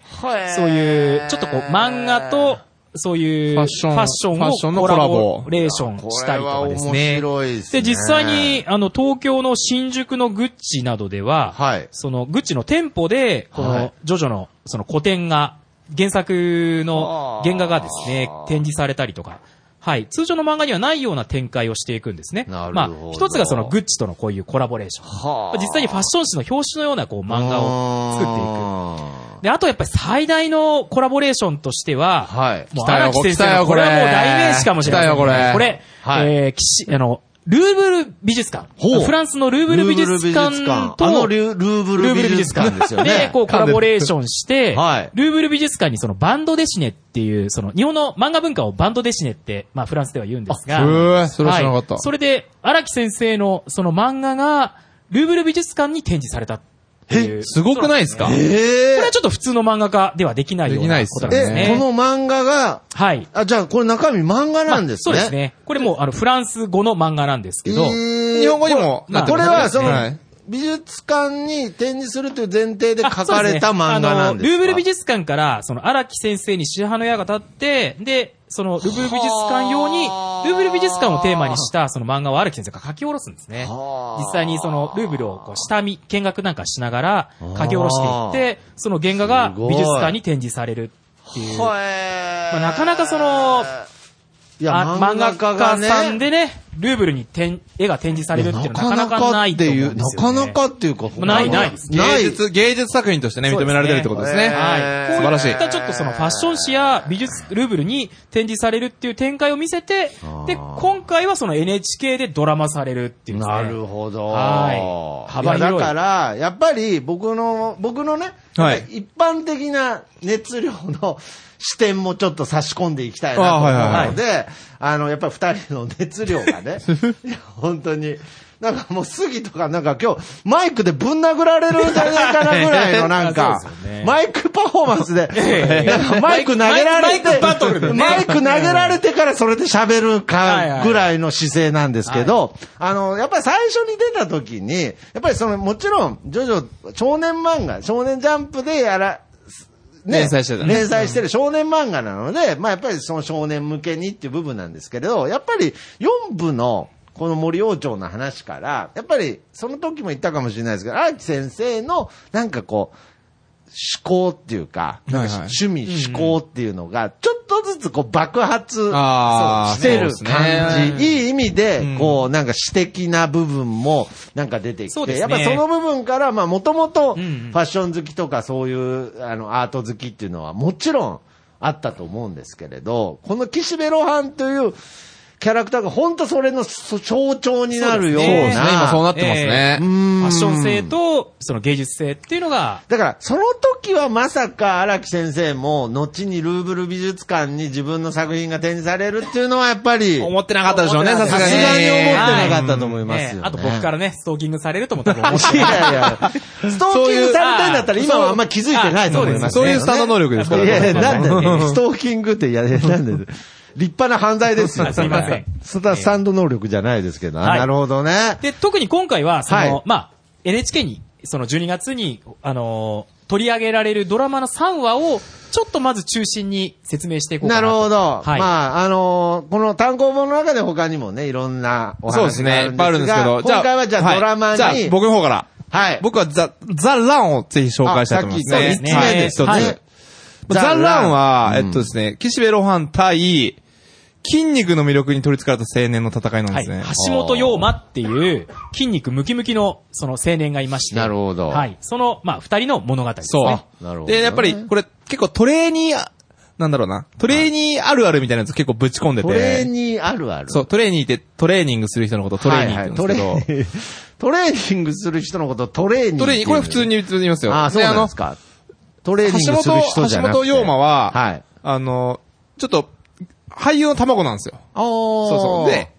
S1: へー
S3: そういう、ちょっとこう漫画と、そういう
S2: ファ
S3: ファ
S2: ッ
S3: ッ
S2: シ
S3: シ
S2: ョン
S3: ョン
S2: ファッションの
S3: を
S2: コ
S3: コ
S2: ラ
S3: ラ
S2: ボ
S3: ボレーションしたりとかですね。
S1: これは面白いですね。
S3: で、実際に、、あの、東京の新宿のグッチなどでは、
S1: はい
S3: その、グッチの店舗で、こ
S1: は
S3: の
S1: い、
S3: ジョジョの、その古典が、原作の原画がですね
S1: あー、
S3: 展示されたりとか、はい、通常の漫画にはないような展開をしていくんですね。
S1: なるほど
S3: まあ、一つがその、グッチとのこういうコラボレーション。
S1: は
S3: 実際にファッション誌の表紙のような、こう、漫画を作ってい
S1: い
S3: く。で、あとやっぱり最大のコラボレーションとしては、
S1: はい。
S3: もう
S2: 来たよ
S3: 荒木先
S2: 来た
S3: 生
S2: よ
S3: の
S2: こ
S3: こ
S2: れ
S3: れはもう代名詞かもしれない、
S2: 来たよこ
S3: こ
S2: れ
S3: れ、
S1: はい
S3: えー、岸、あの、ルーブル美術館
S1: ほう。
S3: フランスのルーブル美術館
S1: あの
S3: と、
S1: ルールーブ
S3: ル
S1: ル美
S3: ーブル美
S1: 術
S3: 術
S1: 館
S3: 館
S1: ですよね。
S3: で、こうコラボレーションして、
S1: はい
S3: ルーブル美術館にそのバンドデシネっていう、その日本の漫画文化をバンドデシネって、まあフランスでは言うんですが、
S2: あへえそれは知らなかった
S3: はいそれで、荒木先生のその漫画が、ルーブル美術館に展示されたっていう。
S2: すごくないですか
S1: え
S3: これ
S1: え
S3: はちょっと普通の漫画家ではできないようなことなんですね。
S1: え、この漫画が、
S3: はい。
S1: あ、じゃあこれ中身漫画なんですね。
S3: まあそうですね。これもうあの、フランス語の漫画なんですけど、
S1: えー
S2: 日本語にもなって
S1: こ
S2: ま
S1: れ
S2: す
S1: はその、
S2: はい
S1: 美術館に展示するという前提で書
S3: あ
S1: かれた漫画なんですか
S3: そうねあの、ルーブル美術館から、その荒木先生に白羽の矢が立って、で、そのルーブル美術館用に、ル
S1: はあ
S3: ーブル美術館をテーマにしたその漫画を荒木先生が書き下ろすんですね。
S1: はあ
S3: 実際にそのルーブルをこう下見、見学なんかしながら書き下ろしていって、その原画が
S1: すごい
S3: 美術館に展示されるっていう。
S1: はえー
S3: まあなかなかその
S1: いや、
S3: あ
S1: 漫画家がね、
S3: さんでね、ルーブルに展絵が展示されるっていうのはなかなかないと思うんですよ、ね。
S1: なかなかっていうか、
S3: ないないですね
S1: な
S2: 芸
S1: い。
S2: 術、芸術作品としてね、
S3: そう
S2: 認
S3: です
S2: めら
S3: ね
S2: れてるってことですね。
S1: はい
S3: はい。
S2: 素晴らしい
S3: こういったちょっとそのファッション誌や美術、ルーブルに展示されるっていう展開を見せて
S1: あー、
S3: で、今回はその NHK でドラマされるっていうですね。
S1: なるほど。
S3: はい幅
S1: いや
S3: 広い
S1: だから、やっぱり僕の、僕のね、
S2: はい
S1: 一般的な熱量の視点もちょっと差し込んでいきたいなと
S2: あはいはい
S1: 思
S2: は
S1: う
S2: い
S1: ので、あの、やっぱり二人の熱量がね、いや本当に、なんかもう杉とかなんか今日マイクでぶん殴られるんじゃねえかなぐらいのなん
S3: あ
S1: か
S3: そうですよね、
S1: マイクパフォーマンスで、
S3: ええ
S1: なんかマイク投げられて、
S3: マイクバトルだね
S1: マイク投げられてからそれで喋る
S3: はいは
S1: か
S3: い
S1: ぐらいの姿勢なんですけど、あの、やっぱり最初に出た時に、やっぱりそのもちろん、ジョジョ少年漫画、少年ジャンプでやら、
S2: 連載してたね
S1: 連載してる少年漫画なので、まあやっぱりその少年向けにっていう部分なんですけれど、やっぱり4部のこの森王朝の話から、やっぱりその時も言ったかもしれないですけど、荒木先生のなんかこう、思考っていうか、
S2: はいはい
S1: 趣味、思考っていうのが、ちょっとずつこう爆発
S2: あー
S1: してる
S2: そうですね
S1: 感じ。いい意味
S2: う
S1: で
S2: ん、
S1: こう、なんか私的な部分も、なんか出てき
S3: そう
S1: て、
S3: です
S1: やっ
S3: ね
S1: ぱその部分から、まあ、もともと、フ
S3: うんうん
S1: ァッション好きとか、そういう、あの、アート好きっていうのは、もちろん、あったと思うんですけれど、この岸辺露伴というキャラクターが、本当それのそ象徴になるよう
S3: そ
S1: な。
S3: うですね
S2: そうですね今そうなってますね
S1: う
S3: フ
S1: ん
S3: ァッション性と、その芸術性っていうのが、
S1: だから、その時はまさか荒木先生も、後にルーブル美術館に自分の作品が展示されるっていうのはやっぱり、
S2: 思ってなかったでしょうね、
S3: 思って
S2: さ
S3: な
S2: す
S3: か
S2: が
S3: った
S1: さ
S2: に。
S1: すがに思ってなか
S2: っ
S1: ったと思いますよ、
S3: ね
S1: ね
S3: あと僕からね、ストーキングされると思ったら面白
S1: い
S3: い。
S1: やいや、ストーキングされたんだったら今はあんま気づいてないと思います、ね。
S2: そういうスタンド能力ですから
S1: いやいや、
S2: 僕ら
S1: な
S2: も
S1: んで、ストーキングって、いやいや、なんで、立派な犯罪ですよ。
S3: すいません
S1: それはスタンド能力じゃないですけど、あ
S3: はい
S1: なるほどね。
S3: で、特に今回は、その、
S1: はい
S3: まあ、NHK に、その12月に、あのー取り上げられるドラマの3話を、ちょっとまず中心に説明していこうかな
S1: な
S3: と。
S1: るほど。
S3: はい
S1: まあ、あのーこの単行本の中で他にもね、いろんなお
S2: そうです
S1: 話があ
S2: ね。
S1: る
S2: いっ
S1: んですが、
S2: ぱいあるんですけど。
S1: 今回はじゃあ
S2: はい
S1: ドラマに、
S2: じゃあ僕の方から。
S1: はい。
S2: 僕はザ、ザ・ランをぜひ紹介したいと思いま
S1: あ
S2: すね。
S3: さっき言った
S2: はい
S3: 三つ目ですね
S2: はい
S3: はい
S2: まあザ・ランは、
S1: ザラン
S2: えっとですね、岸辺露伴対、筋肉の魅力に取り憑かれた青年の戦いなん
S3: は
S2: で
S3: い。
S2: すね。
S3: 橋本陽馬っていう、筋肉ムキムキの、その青年がいまして。
S1: なるほど
S3: はい。その、まあ、二人の物語ですね。
S2: そう。
S1: なるほどね
S2: で、やっぱり、これ、結構トレーニー、なんだろうな。トレーニーあるあるみたいなやつ結構ぶち込んでて。
S1: トレーニーあるある。
S2: そう、トレーニーってトレーニングする人のことをトレーニーって言うんですけど。
S1: はいはいトレーニングトレーニングする人のことをトレーニング。
S2: トレーニー、これ普通。に普通に言いますよ。
S1: ああ、そう
S2: であ
S1: なん
S2: の
S1: ですか。トレーニングする人じゃなくて。
S2: 橋本橋本陽馬は
S1: はい。
S2: あの、ちょっと、俳優の卵なんですよ。
S1: お
S2: そうそう。で、、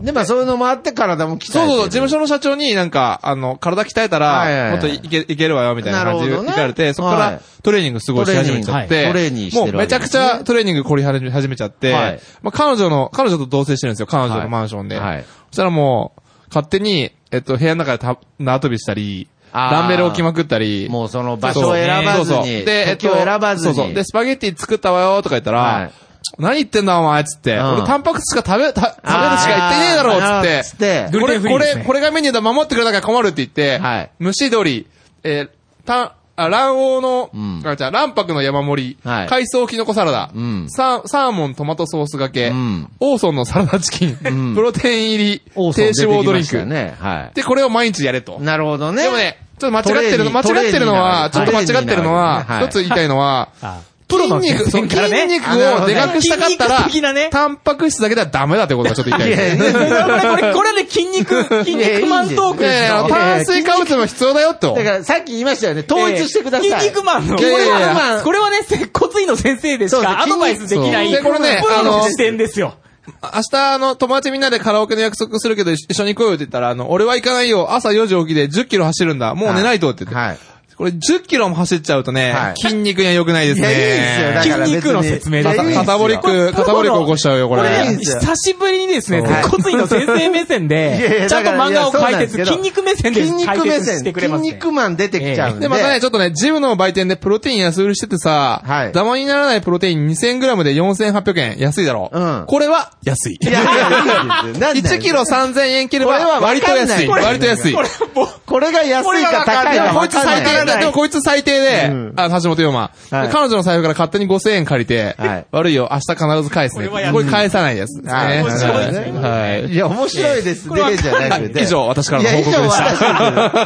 S1: で、まあそういうのもあって体も鍛えてる。
S2: そうそうそう、事務所の社長になんか、あの、体鍛えた
S1: はいはいはい
S2: ら、もっといけ、いけるわよ、みたいな感じで
S1: なるほど
S2: 言
S1: ね
S2: われて、そこか
S1: はい
S2: らトレーニングすごいし始めちゃっ
S1: トレーニングは
S2: て、
S1: いトレーニーしてる
S2: もうめちゃくち
S1: わけです
S2: ゃ
S1: ね
S2: トレーニング凝り始めちゃって
S1: はい、
S2: まあ彼女の、彼女と同棲してるんですよ、彼女
S1: は
S2: の
S1: い
S2: マンションで。
S1: はい
S2: そしたらもう、勝手に、えっと、部屋の中でた縄跳びしたり、
S1: あー
S2: ダンベル置きまくったり、
S1: もうその場所を選ばず
S2: そうそう
S1: に、
S2: で、えっ
S1: 時
S2: と、
S1: を選ばずに。
S2: そうそう。で、スパゲッティ作ったわよとか言ったら、
S1: はい
S2: 何言ってんだお前っつって、
S1: うん
S2: 俺タンパク質しか食べ、た食べるし
S1: あー、
S2: か言ってねえだろっつって、
S1: つって
S2: こ
S3: グルテ
S2: れ、
S3: ンフリー
S2: こ
S3: ですね
S2: れ、これがメニューだ、守ってくれなきゃ困るって言って、
S1: はい
S2: 蒸し鶏、えー、た、あ、卵黄の、
S1: うん
S2: あ、じゃあ、卵白の山盛り、
S1: はい
S2: 海藻キノコサラダ、
S1: うん
S2: サーサーモントマトソースがけ、
S1: うん
S2: オーソンのサラダチキン、
S1: ん
S2: プロテイン入り、低
S1: お
S2: 脂
S1: うそう
S2: 肪ドリン
S1: 出てきました
S2: ク、
S1: ね。は
S2: で、これを毎日やれと
S1: い。。なるほどね。
S2: でもね、ちょっと間違ってるの、間
S1: トレーニー
S2: 違ってるのは、ち
S1: ト
S2: ょっ
S1: レー
S2: と
S1: ニ
S2: 間
S1: ー
S2: 違ってるの
S1: な
S2: は
S1: るほどね、はい
S2: 一つ言いたいのは、
S3: あプロ
S2: 筋
S3: の
S2: 肉、そう
S3: 先生
S2: 筋
S3: からね
S2: 肉
S1: あなるほ
S2: を
S1: どね
S2: でかくしたかった
S3: 筋肉的なね
S2: ら、タンパク質だけではダメだってことがちょっと言いたいですね。
S1: いやいや
S3: これ、これ、これね、筋肉、筋肉マントーク
S2: い
S3: で
S2: やい
S3: す
S2: や
S3: よ。
S2: 炭水化物も必要だよと
S1: だ。からさっき言いましたよね、統一してください。
S3: 筋肉マンの。
S2: いやいやいや
S3: これはこれはね、せ骨院の先生でし
S1: そう
S3: かア
S1: 筋肉
S3: ドバイスできない。
S2: そうでこれね
S3: プロ
S2: あ
S3: の
S2: の
S3: 視点ですよ。
S2: 明日、あの、友達みんなでカラオケの約束するけど、一緒に行こうよって言ったら、あの、俺は行かないよ。朝4時起きで10キロ走るんだ。もう寝ないとって言って。
S1: はい。
S2: これ10キロも走っちゃうとね、
S1: はい
S2: 筋肉には良くないです
S1: い
S2: ね。
S1: や、いいですよ。だから別に
S3: 筋肉の説明だから
S1: いやいいっすよ
S2: 肩ボリック、肩ボリック起こしちゃうよ、こ
S3: こ
S2: れ。
S3: れ
S1: いい
S3: ね、
S1: んですよ
S3: 久しぶりにですね、
S1: はい
S3: 骨院の先生目線
S1: いやい
S3: で、
S1: や
S3: ちゃんと
S1: だから
S3: 漫画
S1: いや
S3: を
S1: そうなん
S3: 解
S1: です
S3: 説、
S1: けど
S3: 筋肉目線で
S1: 筋
S3: 解
S1: 肉目
S3: 説して
S1: 線、
S3: くれ
S1: 筋
S3: ますね。
S1: 肉マン出てきちゃうんで。
S2: で、またね、ちょっとね、ジムの売店でプロテイン安売りしててさ、
S1: はい
S2: ダマにならないプロテイン 2000g で4800円。安いだろ。
S1: うん
S2: これは安い。
S1: いやいや、いいですよ。なんだよ
S2: 1キロ3000円切れば
S1: これは
S2: 割と
S1: わかんな
S2: 安
S1: い
S2: い。
S1: これ
S2: 割と安い。でも
S3: これもう
S1: これが安いか高いか
S2: こい
S1: 分
S2: つ
S1: かんない
S2: 最低なんだよ。でもこいつ最低で、
S1: うん
S2: あの、橋本龍馬、
S1: はい
S2: 彼女の財布から勝手に5000円借りて、
S1: はい
S2: 悪いよ、明日必ず返すね。
S3: これは安い
S2: これ返さないやつですね。
S1: はい
S3: 面白いですね
S2: はい
S1: いや、面白いです
S3: これわ
S1: ね、
S3: かん
S1: じ
S3: な
S1: ゃ
S3: い
S1: なくて。
S2: 以上私から
S1: い
S2: の
S1: や、
S2: 報
S1: 以
S2: 告
S1: 上
S2: でした
S1: 私か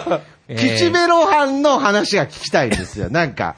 S1: ら
S3: え
S1: です。
S3: ー
S1: 吉ベロハンの話が聞きたいんです よ。なんか、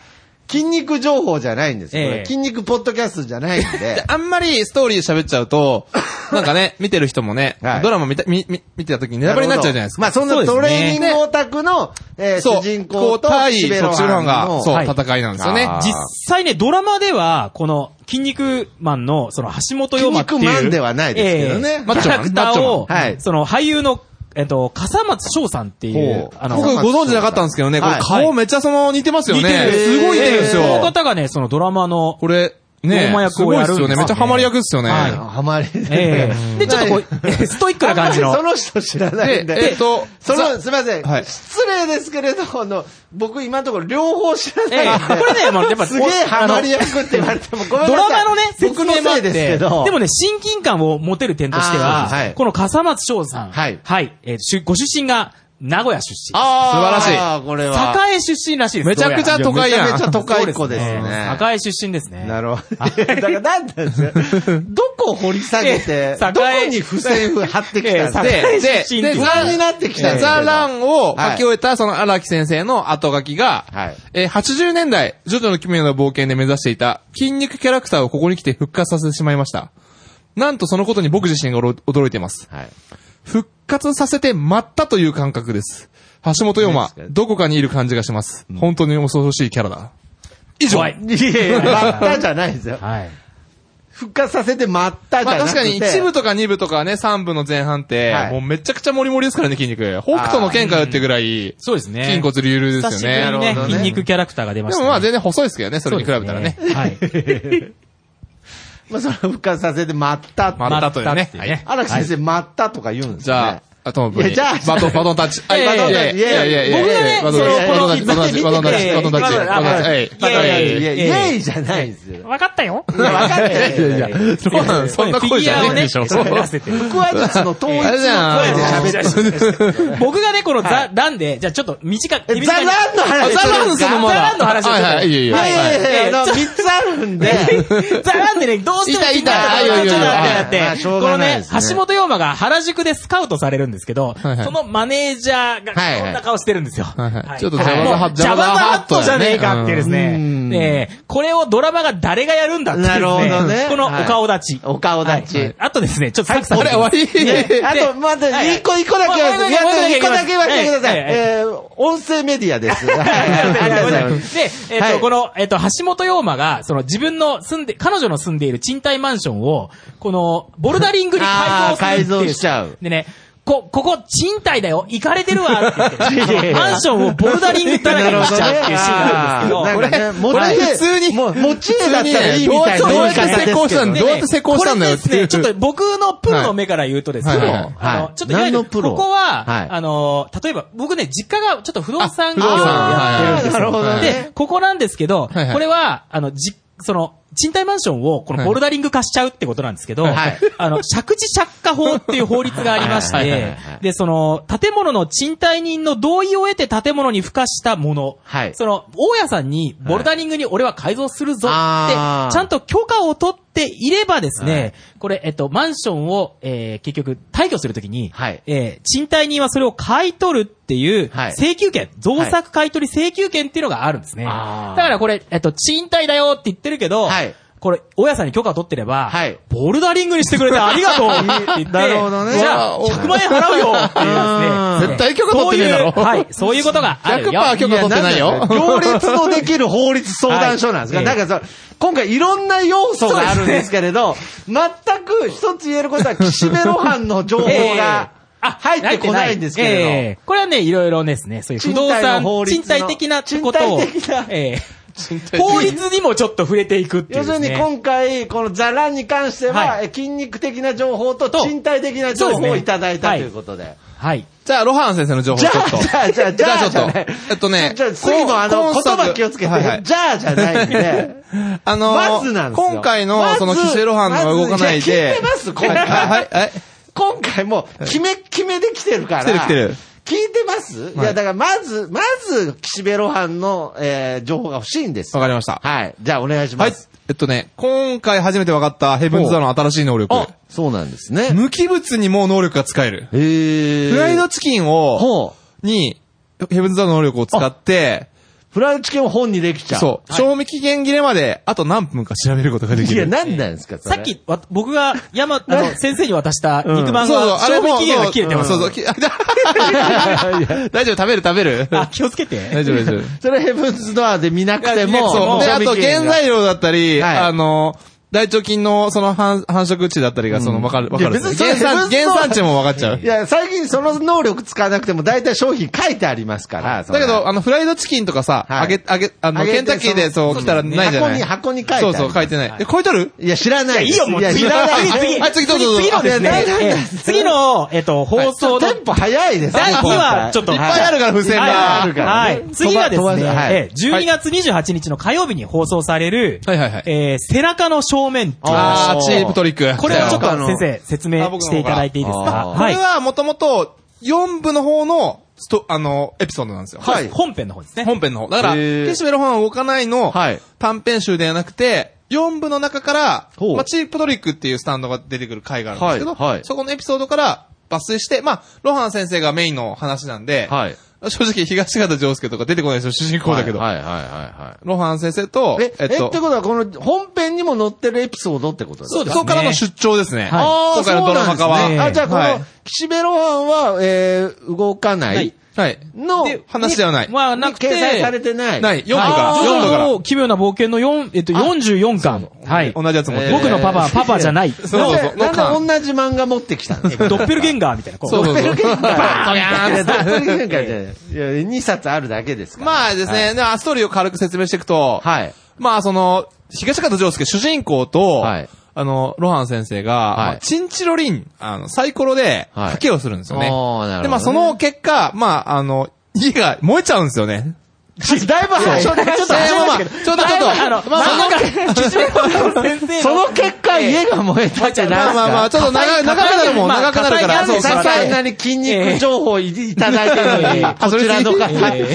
S1: 筋肉情報じゃないんですよ。こ
S3: え
S1: れ
S3: え
S1: 筋肉ポッドキャストじゃないんで
S2: で。あんまりストーリー喋っちゃ うと、なんかね、見てる人もね、
S1: はい
S2: ドラマ見た、見、見見てた時にネタバレになっちゃうじゃないですか。
S1: まあ、そん
S3: そ
S1: な
S3: うです
S1: ト
S3: ね
S1: レーニングオタクの、えー
S2: そう、
S1: 主人公と
S2: 対
S1: 岸辺
S2: 途
S1: 露
S2: 中
S1: 伴
S2: 班が、
S1: の、
S2: そう、
S3: はい
S2: 戦いなんですよね。
S1: あー
S3: 実際ね、ドラマでは、この、筋肉マンの、その、橋本
S1: 筋
S3: 陽馬ってい
S1: 肉
S3: う。
S1: マンではないですけど
S3: え
S1: ね
S3: え。
S2: マッ
S3: キ
S2: チョ
S3: ャ
S2: マン
S3: ラクターを
S1: マッチョマンはい、
S3: その、俳優のえっと、笠松翔さんっていう
S1: ほう、
S3: あの、
S2: 僕ご存知なかったんですけどね、これ
S1: はい
S2: 顔めっちゃその似てますよね。
S3: 似てる
S2: すごい似てるんですよ。
S3: この方がね、そのドラマの、
S2: これ、ね
S3: 大間、役
S2: す
S3: を
S2: ごい
S3: や
S2: っ
S3: るんです
S2: すよね。めっちゃハマり役ですよね。
S3: はい
S1: ハマり。
S3: ええで、ちょっとこう、 ストイックな感じの。
S1: その人知らないんで。
S2: でえっと
S1: その、
S2: ざ
S1: すみません、
S2: はい
S1: 失礼ですけれど、あの、僕今のところ両方知ら
S3: ええ
S1: ないんで。
S3: これね、まあ、やっぱ、
S1: すげえハマり役って言われても、ごめんなさい
S3: ドラマのね、説
S1: 僕の
S3: 明もあっ
S1: せいで
S3: て、
S1: す
S3: で
S1: けど。
S3: もね、親近感を持てる点としては、
S1: あーはい
S3: この笠松翔さん、
S1: はい
S3: えーしご出身が名古屋出身。
S1: あー、
S2: 素晴
S1: らしい。これは。
S3: 栄出身らしいです。
S2: めちゃくちゃ都会やん
S1: めちゃめちゃ都会っ子
S3: どう
S1: で
S3: や
S1: す
S3: ら
S1: ね。
S3: そうですね栄出身ですね。
S1: なるほど。だからなんなんですよ。 どこ掘り下げて
S3: え、え栄
S1: どこに付箋貼ってきたんですか
S3: ええ
S2: で、
S3: 栄
S2: で、
S3: 出身
S2: で、
S3: っていう
S2: ザ
S1: 不安になってきたんですけど
S2: ザ・ランを書き終えた、その荒木先生の後書きが、
S1: はい
S2: えー80年代、ジョジョの奇妙な冒険で目指していた筋肉キャラクターをここに来て復活させてしまいました。なんとそのことに僕自身が驚驚いています。
S1: はい。
S2: 復活させて待ったという感覚です。橋本陽馬
S1: 何です、か
S2: どこかにいる感じがします。本当に恐ろしいキャラだ。以上。
S3: 怖い
S1: いやいや、待ったじゃないですよ。
S3: はい。
S1: 復活させて待ったじ
S2: ま
S1: ゃ
S2: あ
S1: なく
S2: 確
S1: て。
S2: かに1部とか2部とかね、3部の前半って、
S1: はい
S2: もうめちゃくちゃモリモリですからね、筋肉。北斗の剣かよってぐらい、
S3: そうですね。
S2: 筋骨隆々で
S3: 久
S2: す
S3: し
S2: よね。
S3: ぶり
S1: な
S3: にね
S1: るほど、ね
S3: 筋肉キャラクターが出まし
S2: で
S3: た、
S2: も
S3: ね。
S2: まあ全然細いですけどね、それに比べたらね。
S3: はい。
S1: まあそれは復活させて待ったって。
S2: またという
S3: またっ
S2: ね
S3: て。いう
S2: は
S3: ね
S2: い
S1: 荒木先生、待ったとか言うんです
S2: じ
S1: ね。
S2: ゃあ、あとも
S1: いやじゃあ
S2: バトン、バトンタッチ。はいい、
S3: や
S2: バ
S3: い
S2: ト
S3: や
S1: いや
S2: ンタッチ。いやいやいや
S3: 僕がね
S2: バトンタッチ
S1: そのこの
S2: バトンタッチ、バトンタッチ、バトンタッチ、バトンタッチ、バトンタッチ。はい。
S1: いやいやいや、
S2: はい
S3: い
S1: イ
S3: やいや
S1: エイじゃないですよ。
S3: わかったよ。
S1: いやわかんないですよ。
S2: そんなそんな声じゃねえでしょ。
S3: フィギュ アをね喋らせて
S1: 僕は実の統一の声で喋ってる。
S3: 僕がね、このザ・
S1: は
S3: ランで、じゃあちょっと短く、
S1: えザ・ランの話
S2: ザランスのまだ。
S3: ザランの話をちょっ
S2: はい
S3: と
S2: はい、いやい
S1: いや
S2: や。
S1: い
S2: はい
S1: やいやいや、あの、
S3: は
S1: 三つあるんで、
S3: ザランでね、どうしても気になった
S2: い
S3: こ
S2: たいた
S3: とがちょっ
S1: はいはいはい
S3: とあってな
S1: まあ
S3: って、
S1: しょ
S3: こ
S1: うが
S3: の
S1: ない
S3: ね
S1: ですね、
S3: 橋本陽馬が原宿でスカウトされるんですけど、
S2: いはい
S3: そのマネージャーが
S2: はいはい
S3: こんな顔してるんですよ。
S2: はいはいちょっと
S3: はい
S2: ジャバザハッ
S3: もうジャバザハットじゃねえかっていうですね。
S1: うん
S3: ねえこれをドラマが誰がやるんだっていうですね。
S1: なるほどね
S3: このお顔立ち。
S1: お顔立
S3: は
S1: ち
S3: い。あとですね、ちょっとサクサク。
S2: これ終わり
S1: ねあと、まだ、一個、一個だけは、
S3: はい
S1: いや一個だけは
S3: はい
S1: してください。
S3: はい
S1: えー、音声メディアです。はいありがとうございます。
S3: で、えっ、と、
S1: はい
S3: この、えっ、と、橋本陽馬が、その自分の住んで、彼女の住んでいる賃貸マンションを、この、ボルダリングに改造するって
S1: あー改
S3: いう。
S1: 造しちゃう
S3: でね、こ、ここ、賃貸だよ行かれてるわって言 っ
S1: いやいや
S3: て、マンションをボルダリングだらけにしちゃうっていうシーンなんですけど、
S1: なるほどねあーなんかね
S2: これ
S1: 持ち家
S2: 普通に
S1: もう持ち家だったらいいみたいな
S2: どう
S1: 言
S2: や
S1: い
S2: って
S1: 方ですけ
S2: 成功したん
S1: ど
S2: だ
S1: ね。
S2: どうやって成功したんだよって
S3: これ
S2: いう。
S3: ですね、ちょっと僕のプロの目から言うとですね、
S2: はいはい
S3: あ
S1: はい
S3: の、ちょっといわ
S1: 何
S3: ゆる、
S1: のプロ
S3: ここは、
S1: はい
S3: あの、例えば、僕ね、実家がちょっと不動産業
S2: あ不動産
S3: をやってるんです
S1: あー
S3: よ。
S1: なるほどね
S3: で、ここなんですけど、
S2: はいはい
S3: これは、あの、じ、その、賃貸マンションをこのボルダリング化しちゃうってことなんですけど、
S1: はい
S3: あの、借地借家法っていう法律がありまし
S1: はいはいはい
S3: て
S1: はい、
S3: で、その、建物の賃貸人の同意を得て建物に付加したもの、
S1: はい
S3: その、大家さんにボルダリングに俺は改造するぞって、ち
S1: あ
S3: ゃ
S1: ー
S3: んとちゃんと許可を取っていればですね、
S1: は
S3: これ、えっと、マンションを、えー結局、退去するときに、
S1: はい
S3: えー賃貸人はそれを買い取るっていう
S1: はい、
S3: 請求権、造作買い取り請求権っていうのがあるんですね。
S1: あー
S3: だからこれ、えっと、賃貸だよって言ってるけど、
S1: はい
S3: これ、大家さんに許可を取ってれば、
S1: はい
S3: ボルダリングにしてくれてありがとうって言って、
S1: なるほどね
S3: じゃあ、
S2: うわ
S3: 100万円払うよっていうです
S2: 絶
S3: ね。
S2: 対許可取ってねえだろ
S3: そういうはい、そういうことがあるよ。
S2: 100%許可取ってないよ。
S1: 行列のできる法律相談所なんですが、
S3: はい
S1: なんかそう、今回いろんな要素があるんですけれど、全く一つ言えることは、岸辺露伴の情報が入ってこないんですけ
S3: え
S1: れ
S3: えこれはね、いろいろですね、そういう不動
S1: 賃貸の
S3: 産
S1: 法、律の
S3: 賃貸的なことを、
S1: 賃貸的な
S3: ええ
S2: 的な
S3: 法律にもちょっと触れていくって
S1: ど、
S3: いう
S1: 要
S3: ですす
S1: る
S3: ね、
S1: に今回、このザランに関しては、
S3: は
S1: 筋肉的な情報と
S3: と
S1: 賃貸的な情
S3: そう
S1: 報
S3: です
S1: を
S3: ね
S1: いただいた
S3: は
S1: と
S3: い
S1: いうことで。
S3: はい。
S2: じゃあ、ロハン先生の情報ちょっと。
S1: じゃあ、じゃあ、じゃあ、
S2: じゃあちょっ
S1: じゃ
S2: と。えっとね。
S1: じゃあ、次のあの、
S2: 今
S1: 言
S2: 作
S1: 葉気をつけて、
S2: はいはい
S1: じゃあじゃないんで。
S2: あのー
S1: まずなんですよ
S2: 今回
S1: ま
S2: の、
S1: ず
S2: その、キシェロハンが動かな
S1: ま
S2: いで。
S1: ずいや聞いてます今回
S2: はいはい、はい。
S1: 今回もう、決め、決めで来てるから。
S2: 来てる来てる
S1: 聞いてます、い、や、だからまず、まず、岸辺露伴の、えー、情報が欲しいんです。
S2: わかりました。
S1: はい。じゃあ、お願いしま
S2: はい
S1: す。。
S2: えっとね、今回初めて分かったヘブンズ・ザーの新しい能力。
S1: あ、そうなんですね。
S2: 無機物にも能力が使える。
S1: へー。
S2: フライドチキンを、
S1: ほう。
S2: に、ヘブンズ・ザーの能力を使って、
S1: フライドチキンを本にできちゃう。
S2: そう、賞味期限切れまで、あと何分か調べることができ
S1: いや、
S2: る。
S1: 何なんですか、それ
S3: さっ。き、わ僕が、山、あの、先生に渡した肉まん
S2: そうそう
S3: が、、賞味期限が切れてます。
S2: そうそう、き 大丈夫、食べる食べる
S3: あ、気をつけて。
S2: 大丈夫、大丈夫。
S1: それヘブンズドアーで見なくても、
S2: そう。で、あと、原材料だったり、
S1: はい
S2: あの、大腸菌のその繁繁殖地だったりがそのわかる、わかるんですよ。
S1: いや別
S2: 原
S1: にそれ
S2: 産、
S1: 別にそう
S2: 原産地もわかっちゃう。
S1: いや、最近その能力使わなくても大体商品書いてありますから。そ
S2: だ
S1: れ
S2: けど、あの、フライドチキンとかさ、
S1: はい
S2: あげ、あげ、あの、
S1: 揚げて
S2: ケンタッキーでそう
S1: その
S2: 来たらないじゃない
S1: 箱に箱に書いてある
S2: そうそう、書いてない。え、書いてある
S1: いや、知らないです。
S3: いやいいよもう
S1: や
S3: 次
S1: 知らない。
S3: 次次
S2: はい、次どうぞどうぞ。
S3: 次のですね
S1: あいやなんだ
S3: えー次の、えっと、放
S1: ちょっ
S3: 送
S1: と
S3: の
S1: テンポ早いですね。
S3: 第2話、ちょっと。
S2: いっぱいあるから付箋が
S1: はいあるから
S3: はい
S1: ね
S3: 次はです
S1: 飛ば
S3: ね、
S1: 飛ばはい
S3: えー12月28日の火曜日に放送される、
S2: はいはいはい。
S3: えー背中の正面っていう
S2: あ
S1: あ
S2: ー、
S1: ー
S2: チープトリック。
S3: これはちょっと
S1: あの
S3: 先生、説明していただいていいです
S1: あ
S3: か
S1: 僕の方
S2: こ
S3: は
S2: れ
S3: い。
S2: はもともと4部の方のスト、あの、エピソードなんですよ。
S1: はい
S3: 本編の方ですね。
S2: 本編の方。だから、
S1: へー
S2: 岸辺露伴は動かないの
S1: はい、
S2: 短編集ではなくて、4部の中から、
S1: ほう
S2: まあ、チープトリックっていうスタンドが出てくる回があるんですけど、
S1: はいはい
S2: そこのエピソードから抜粋して、まあ、露伴先生がメインの話なんで、
S1: はい。
S2: 正直東方丈介とか出てこないですよ、主人公だけど。
S1: はいはいはいは
S2: 露伴先生と、
S1: い。え、え、ってこ
S2: と、
S1: とはこの本編にも載ってるエピソードってことです
S2: そ
S1: か
S2: うですそこからの出張ですね。
S1: ああ、
S2: 今
S1: そう
S2: 回のドラ
S1: な
S2: マ
S1: んです
S2: 化は。
S1: ね。あ、じゃあこ
S2: は
S1: の、岸辺露伴は、えー、動かない
S2: い。はい。
S1: の、
S2: で話ではない。
S3: まあ、なくて、
S1: 掲載されてない。
S2: ない。4部から。
S3: ジョ
S2: 4部
S3: ジ
S2: から
S3: ョの奇妙な冒険の4、えっと、44巻。はい。
S2: 同じやつ持って
S1: え
S2: る
S1: ー
S3: 僕のパパはパパじゃない。
S2: そう
S1: なん
S2: そう
S1: で、
S2: の間
S1: なんで同じ漫画持ってきたんですか
S3: ドッペルゲンガーみたいな。こう
S2: そうそうそう。
S1: バ
S2: ドヤーン
S1: ダブル展開じゃない。いや、2冊あるだけですから。
S2: まあですね、ではストーリーを軽く説明していくと、
S1: はい。
S2: まあその、東方丈介主人公と、
S1: はい
S2: あの、ロハン先生が、
S1: はい
S2: まあチンチロリン、あの、サイコロで、
S1: はい
S2: 賭けをするんですよね。
S1: おーなるほどね
S2: で、まあその結果、まああの、家が燃えちゃうんですよね。
S1: だいぶ早い。ちょっと、ちょっと、
S2: えーまあまあちょっとちょっと、
S3: あの、
S2: まあ
S3: 漫画家、キツネコの先生
S1: そ
S3: の
S1: の結果、家が燃えたってなん
S2: まあ
S1: ですか
S2: まあまあ、ちょっと長い長くなるもん、
S3: まあ
S2: 長くなるから、
S3: 硬
S2: そ
S3: いう屋
S2: そ
S3: 根
S2: う
S3: 硬い
S1: さ
S3: 屋
S1: ん
S3: 根
S1: なに筋肉情報いいただいてるのに、
S2: あそ
S1: こ
S2: れ
S1: ちらの方、
S2: え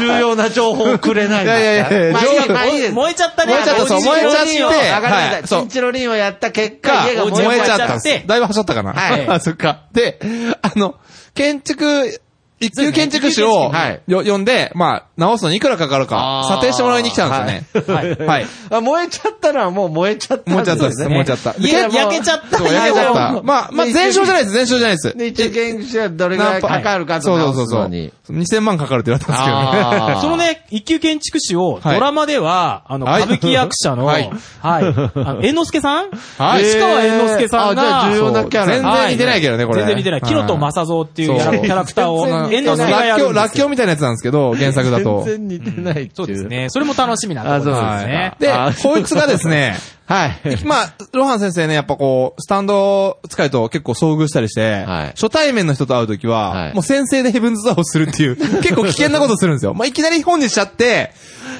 S1: 重要な情報をくれないんだ
S2: いやいやいや
S1: まあ
S2: 情報
S1: まあいいです。
S3: 燃えちゃったね。
S2: 燃えちゃったそう燃えちゃって
S3: チンチロリンを
S1: わかりました
S2: はいそう
S1: チンチロリンをやった結
S2: が
S1: 果、家が
S2: 燃
S1: 燃
S2: え
S1: え
S2: ち
S1: ち
S2: ゃ
S1: ゃっ
S2: っ
S1: たたん
S2: んで。
S1: ですす。
S2: だいぶはしょったかな。
S1: はい
S2: あ、そっか。で、あの、建築、一級建築士
S1: そ
S2: を
S1: うですね
S2: よ呼んで、まあ、直すのにいくらかかるか、
S1: あー
S2: 査定してもらいに来たんですよね。はい。はい。
S1: あ燃えちゃったのはもう燃えちゃったん
S2: 燃えちゃった
S1: で
S2: ですす。
S1: ね。
S2: 燃えちゃった。
S3: 家が焼けちゃった。
S2: そう、焼けちゃった。まあ、まあ、
S1: で
S2: 全焼じゃないです。全焼じゃないです。
S1: で、一元者はどれぐらいかかるかと
S2: そうそう
S1: 直
S2: そう
S1: す
S2: そう。
S1: のに。
S2: 2000万かかるって言われたんですけどね。
S1: あー
S3: その、ね、一級建築士を、ドラマでは、あの、
S2: はい
S3: 歌舞伎役者の、
S2: は
S3: はいい、あの、猿之助さん
S2: はい
S3: 市川猿之助さん
S1: あじゃあ
S3: が、
S1: 重要なキャラ
S2: 全然似てないけどね、これ。
S3: 全然似てない。キロとマサゾウっていうキャ
S2: そう
S3: ラキャラクターを、
S1: 全然
S3: 猿之
S1: 似て
S3: 助
S1: ない
S3: が
S2: ら
S3: や
S2: っきょ
S3: る
S2: うんら
S3: で
S2: っ
S3: す
S2: きょ
S3: よ。
S2: うみたいなやつなんですけど、原作だと。
S1: 全然似てないっていう。
S3: そうです。ね。それも楽しみなところ
S1: あそう
S3: で
S1: ですす
S3: ね
S1: ね。
S2: で
S1: あ、ー
S2: こいつがで すね、
S1: はい。
S2: まあ、ロハン先生ね、やっぱこう、スタンド使いと結構遭遇したりして、
S1: はい
S2: 初対面の人と会うときは、
S1: はい
S2: もう先生でヘブンズ・ザーをす るっていう、結構危険なことするんですよ。まあ、いきなり本にしちゃって、